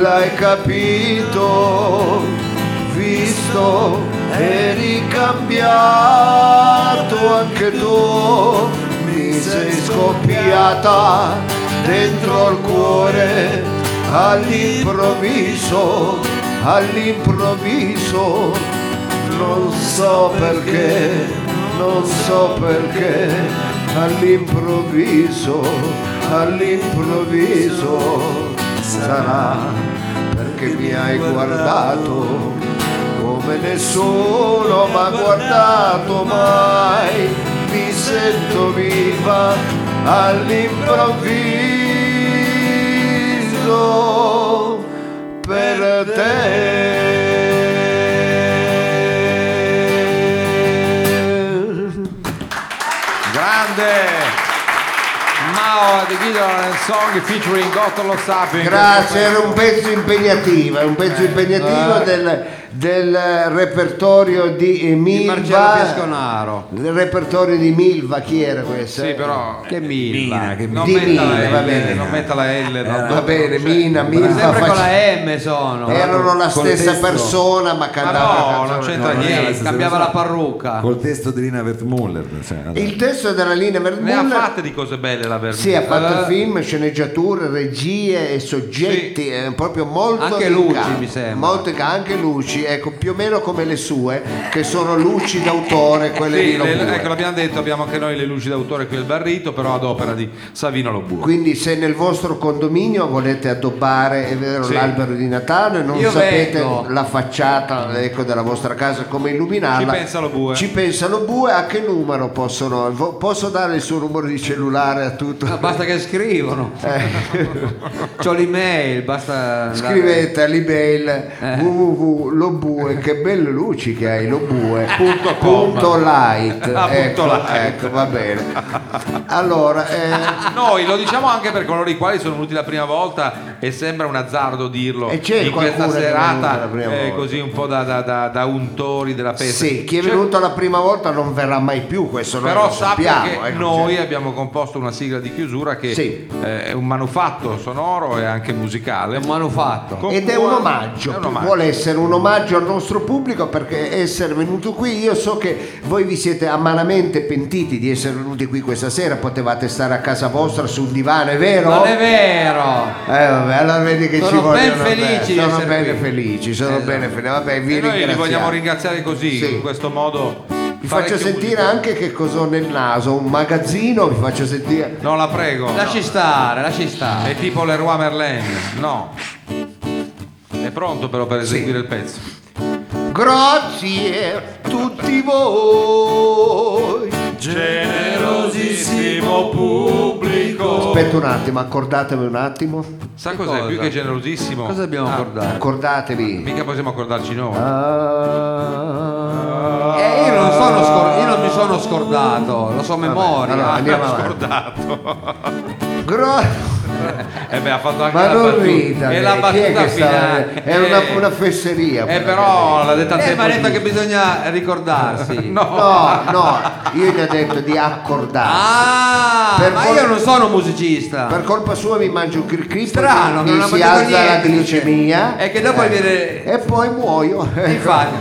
S1: l'hai capito, visto, eri cambiato anche tu mi sei scoppiata dentro al cuore all'improvviso, all'improvviso, non so perché, non so perché, all'improvviso, all'improvviso sarà perché mi hai guardato come nessuno m'ha guardato mai, mi sento viva all'improvviso per te.
S4: Grande Mao di Guido Song featuring Gottolo Sapien.
S1: Grazie, era un pezzo impegnativo, è un pezzo
S4: Eh,
S1: impegnativo del, del repertorio di eh,
S3: Di Marcello
S1: Milva.
S3: Pesconaro.
S1: Del repertorio di Milva, chi era questo?
S4: Sì, però
S3: Eh, Che Milva.
S2: Mina, che
S4: non
S1: Di
S4: metta
S1: Mina, va
S4: la L,
S1: bene. Eh,
S4: non metta la L, no.
S1: Va bene,
S4: cioè,
S1: Mina, Milva
S3: Sempre con
S1: face-
S3: la M sono.
S1: erano la stessa
S2: testo.
S1: persona ma
S4: Ma
S1: cantava
S4: no,
S1: la
S4: non
S1: canzone.
S4: c'entra
S2: No, non è la
S4: niente.
S2: stessa
S3: Cambiava la parrucca.
S2: Col testo di Lina Wertmuller. cioè, vabbè.
S1: Il testo della linea
S4: Ne ha
S1: Vermuller
S4: fatte di cose belle la Vermouth.
S1: sì, ha fatto
S3: Eh.
S1: film, sceneggiature, regie e soggetti, è proprio molto
S3: Anche
S1: in
S3: luci,
S1: campo.
S3: mi sembra.
S1: Molto in- anche luci, ecco, più o meno come le sue, che sono luci d'autore, quelle
S4: Sì,
S1: di
S4: le-
S1: Lobue.
S4: ecco, l'abbiamo detto, abbiamo anche noi le luci d'autore qui al Barrito, però ad opera di Savino Lobue.
S1: Quindi se nel vostro condominio volete addobbare è vero,
S4: Sì.
S1: l'albero di Natale, non
S3: Io
S1: sapete
S3: vengo.
S1: la facciata ecco, della vostra casa come illuminarla,
S4: Ci pensa lo bue.
S1: Ci pensa lo bue, a che numero possono? vo- Posso dare il suo numero di cellulare a tutto?
S3: Ma Ah, Basta che scrivono. Eh. C'ho l'email, basta. andare-
S1: Scrivete all'email
S4: Eh.
S1: www.lobue, che belle luci che hai, lobue.
S4: Punto com.
S1: punto light.
S4: Ah, punto
S1: ecco,
S4: light.
S1: ecco, va bene. Allora, eh,
S4: Noi lo diciamo anche per coloro i quali sono venuti la prima volta e sembra un azzardo dirlo
S1: E c'è
S4: in questa
S1: qualcuno che è venuto la
S4: serata
S1: prima
S4: eh,
S1: volta.
S4: così un po' da, da- da- da untori della festa.
S1: Sì, chi è
S4: C'è-
S1: venuto la prima volta non verrà mai più, questo noi
S4: Però
S1: lo
S4: sappia
S1: sappiamo.
S4: che
S1: ecco,
S4: noi
S1: cioè,
S4: abbiamo composto una sigla di chiusura che
S1: Sì.
S4: eh, è un manufatto sonoro e anche musicale.
S3: È un manufatto.
S4: Con
S1: Ed è
S4: cui-
S1: un omaggio,
S4: è un omaggio.
S1: vuole essere un omaggio al nostro pubblico perché essere venuto qui, io so che voi vi siete amaramente pentiti di essere venuti qui questa sera, potevate stare a casa vostra sul divano, è vero?
S3: Non è vero.
S1: Eh vabbè, allora vedi che
S3: Sono
S1: ci
S3: ben
S1: vogliono
S3: felici di
S1: bene, sono
S3: essere
S1: bene
S3: qui.
S1: felici, sono
S3: Esatto.
S1: bene felici. Vabbè, vi
S4: E noi li
S1: ringraziamo.
S4: vogliamo ringraziare così,
S1: Sì.
S4: in questo modo.
S1: Vi faccio sentire anche che cos'ho nel naso, un magazzino, vi faccio sentire.
S4: No, la prego.
S3: Lasci stare, lasci stare.
S4: È tipo Leroy Merlin. No. È pronto però per eseguire il pezzo.
S1: Grazie a tutti voi.
S6: Generosissimo pubblico.
S1: Aspetta un attimo, accordatevi un attimo.
S4: Sa
S3: Che
S4: cos'è?
S3: cosa?
S4: Più che generosissimo.
S3: Cosa dobbiamo
S4: Ah,
S3: accordato?
S1: Accordatevi.
S4: Mica possiamo accordarci noi.
S1: Ah,
S3: Eh, l'ho scordato, la so a memoria.
S1: allora, andiamo
S4: L'ho
S1: avanti.
S4: scordato.
S1: Gro-
S4: E Eh beh, ha fatto anche
S1: ma
S4: la
S1: non
S4: battuta.
S1: rida,
S4: E la
S1: chi è
S4: battuta
S1: che sta?
S4: finale.
S1: È una,
S4: Eh,
S1: una fesseria.
S4: eh,
S1: quella
S4: però l'ha detta a
S3: Eh,
S4: tempo
S3: ma ha detto
S4: giusto.
S3: che bisogna ricordarsi.
S1: che- No, no, io gli ho detto di accordarsi.
S3: Ah,
S1: Per
S3: ma
S1: vol-
S3: io non sono musicista.
S1: Per colpa sua mi mangio un cricri
S3: Ah. Strano, che
S1: mi
S3: non
S1: si
S3: ha mangiato
S1: alza la
S3: niente.
S1: glicemia
S3: È che dopo
S1: eh,
S3: viene-
S1: e poi muoio. Ecco.
S3: Infatti,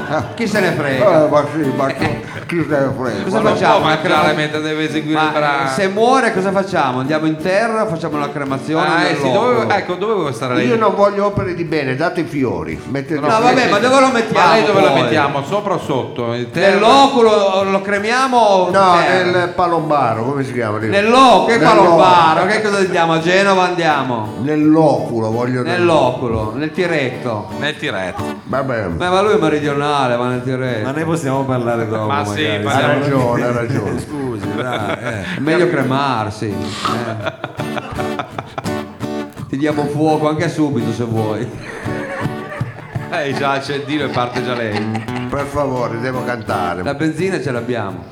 S3: chi se ne frega?
S1: Eh, ma sì, ma chi se ne frega?
S3: Cosa
S4: Ma non
S3: facciamo?
S4: può mangiare
S3: Una crema-
S4: mentre deve eseguire il
S3: Ma
S4: brano.
S3: eh, se muore cosa facciamo? Andiamo in terra, facciamo la cremazione?
S4: Ah, eh, sì,
S3: nell'orto?
S4: dovevo, ecco, dove vuoi stare lei?
S1: Io non voglio opere di bene, date i fiori. mettete-
S3: No, vabbè, ma dove lo mettiamo?
S4: Eh, Ma lei dove la
S3: poi?
S4: mettiamo? Sopra o sotto? Il terra-
S3: Nell'oculo lo cremiamo? o in
S1: No,
S3: terra?
S1: nel palombaro, come si chiama? lì?
S3: Nell'oculo, che qua
S1: Nell'oculo.
S3: lo paro, che cosa andiamo? A Genova andiamo?
S1: Nell'oculo, voglio dire.
S3: Nell'oculo, nel tiretto.
S4: Nel tiretto.
S1: Vabbè,
S3: Beh, ma lui è meridionale, va nel
S2: Ma
S3: tiretto.
S2: ne possiamo parlare dopo.
S4: Ma sì,
S2: magari.
S1: ha
S4: parliamo-
S1: ragione, ha ragione.
S2: Scusi, dai, eh.
S3: Meglio cremarsi. eh. Ti diamo fuoco anche subito se vuoi.
S4: Eh, già accendino e parte già lei.
S1: Per favore, devo cantare.
S3: La benzina ce l'abbiamo.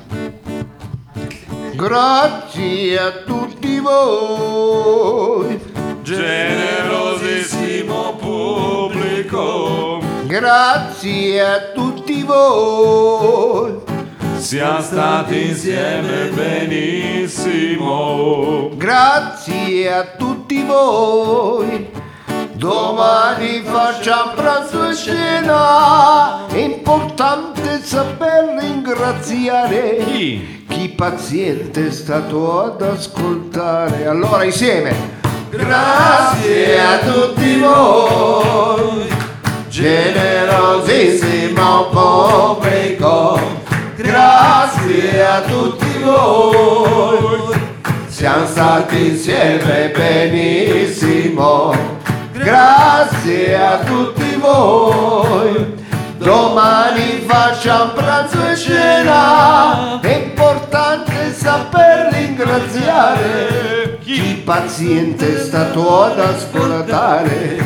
S1: Grazie a tutti voi,
S6: Generosissimo pubblico,
S1: grazie a tutti voi,
S6: siamo stati insieme benissimo.
S1: grazie a tutti voi. Domani facciamo pranzo e cena, è importante saper ringraziare
S4: Chi?
S1: chi paziente è stato ad ascoltare. Allora insieme. Grazie a tutti voi, oh, generosissimo pubblico. Grazie a tutti voi, siamo stati insieme benissimo. Grazie a tutti voi. Domani facciamo pranzo e cena, è importante saper ringraziare chi paziente è stato ad ascoltare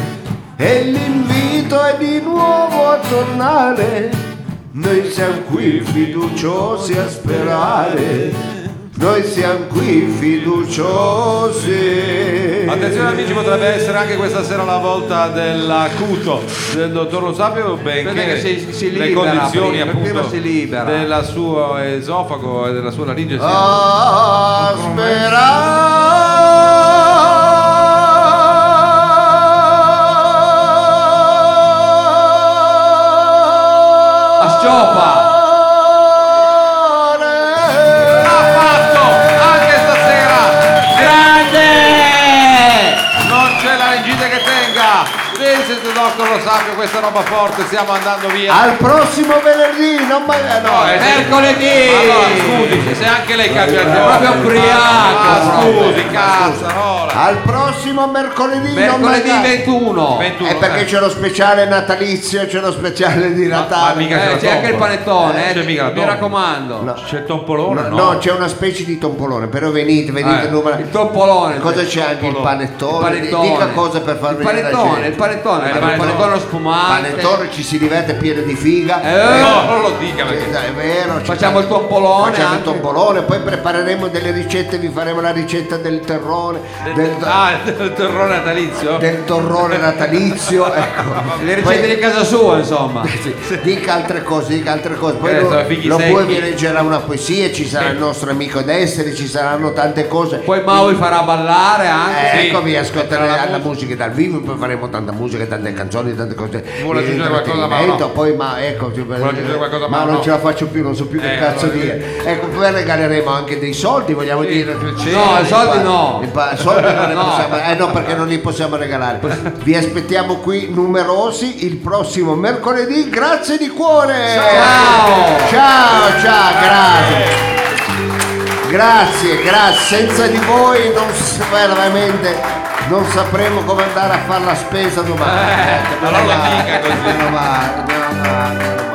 S1: e l'invito è di nuovo a tornare. Noi siamo qui fiduciosi a sperare, noi siamo qui fiduciosi.
S4: Attenzione amici, potrebbe essere anche questa sera la volta dell'acuto del dottor Lo Sapio, benché
S3: Perché si- si
S4: le
S3: libera
S4: condizioni
S3: prima,
S4: appunto
S3: prima si libera. Oh.
S4: del suo esofago e della sua laringe siano...
S1: a sperare
S3: A sciopa!
S4: fatto anche stasera
S3: Grande!
S4: non c'è la laringite che tenga Vincent Dottor Lo Sapio questa roba forte stiamo andando via
S1: al prossimo venerdì non mai no,
S4: eh,
S3: Mercoledì!
S4: allora scusi se anche lei cambia il
S3: È proprio
S4: ah,
S3: ubriaco!
S4: scusi cazzarola
S1: al prossimo mercoledì non mai
S3: Mercoledì 21!
S4: 21
S1: è perché c'è lo speciale natalizio c'è lo speciale di Natale
S4: ma mica
S3: Eh,
S4: la
S3: c'è anche il
S4: tombola.
S3: panettone, eh,
S4: C'è mica la
S3: mi
S4: tombola.
S3: raccomando.
S1: No.
S4: c'è il tompolone
S1: No, no, c'è una specie di tompolone, però venite, venite.
S4: Eh,
S1: numero-
S3: Il toppolone.
S1: Cosa c'è anche il
S3: Il
S1: panettone?
S3: panettone.
S1: Dica cosa per far
S3: il
S1: venire la
S3: panettone,
S1: gente.
S3: il panettone,
S4: Eh,
S3: perché
S4: ma
S3: il
S4: no.
S3: panettone sfumante.
S1: panettone ci si diverte pieno di figa. eh,
S3: Eh,
S4: no non lo dica perché
S1: È vero, ci
S3: Facciamo
S1: fa-
S3: il tompolone
S1: Facciamo il
S3: anche.
S1: tompolone, poi prepareremo delle ricette, vi faremo la ricetta del terrone, del,
S4: ah il terrore natalizio
S1: del torrone natalizio, ecco.
S3: Le ricette
S1: Poi-
S3: di casa sua, insomma.
S1: Dica altre cose, dica altre cose. Poi
S4: Eh,
S1: lo,
S4: sono fighi
S1: lo
S4: secchi.
S1: poi vi leggerà una poesia, ci sarà il nostro amico Destri, ci saranno tante cose.
S3: Poi Maui farà ballare anche.
S1: Eh,
S4: Sì.
S1: ecco, vi ascolterà
S4: Metterà
S1: la,
S4: la
S1: musica dal vivo, poi faremo tanta musica, tante canzoni, tante cose.
S4: Vuole
S1: di
S4: aggiungere qualcosa,
S1: intrattenimento,
S4: Mauro?
S1: Poi, ma ecco, ci-
S4: aggiungere qualcosa,
S1: ma
S4: Mauro?
S1: non ce la faccio più, non so più che
S4: Eh,
S1: cazzo
S4: allora-
S1: dire. Ecco, poi regaleremo anche dei soldi, vogliamo
S4: Sì,
S1: dire.
S4: sì.
S3: No, i soldi
S1: pa-
S3: no.
S1: i pa- soldi non ne
S3: No.
S1: possiamo, eh no, perché non li possiamo regalare. Vi aspettiamo qui numerosi il prossimo mercoledì. Grazie di cuore.
S3: Ciao.
S1: ciao, ciao grazie. Grazie, grazie, senza di voi non, s- veramente non sapremo come andare a fare la spesa domani.
S4: Eh,
S1: Ecco,
S4: allora
S1: meno male,
S4: dica così.
S1: meno male, meno male.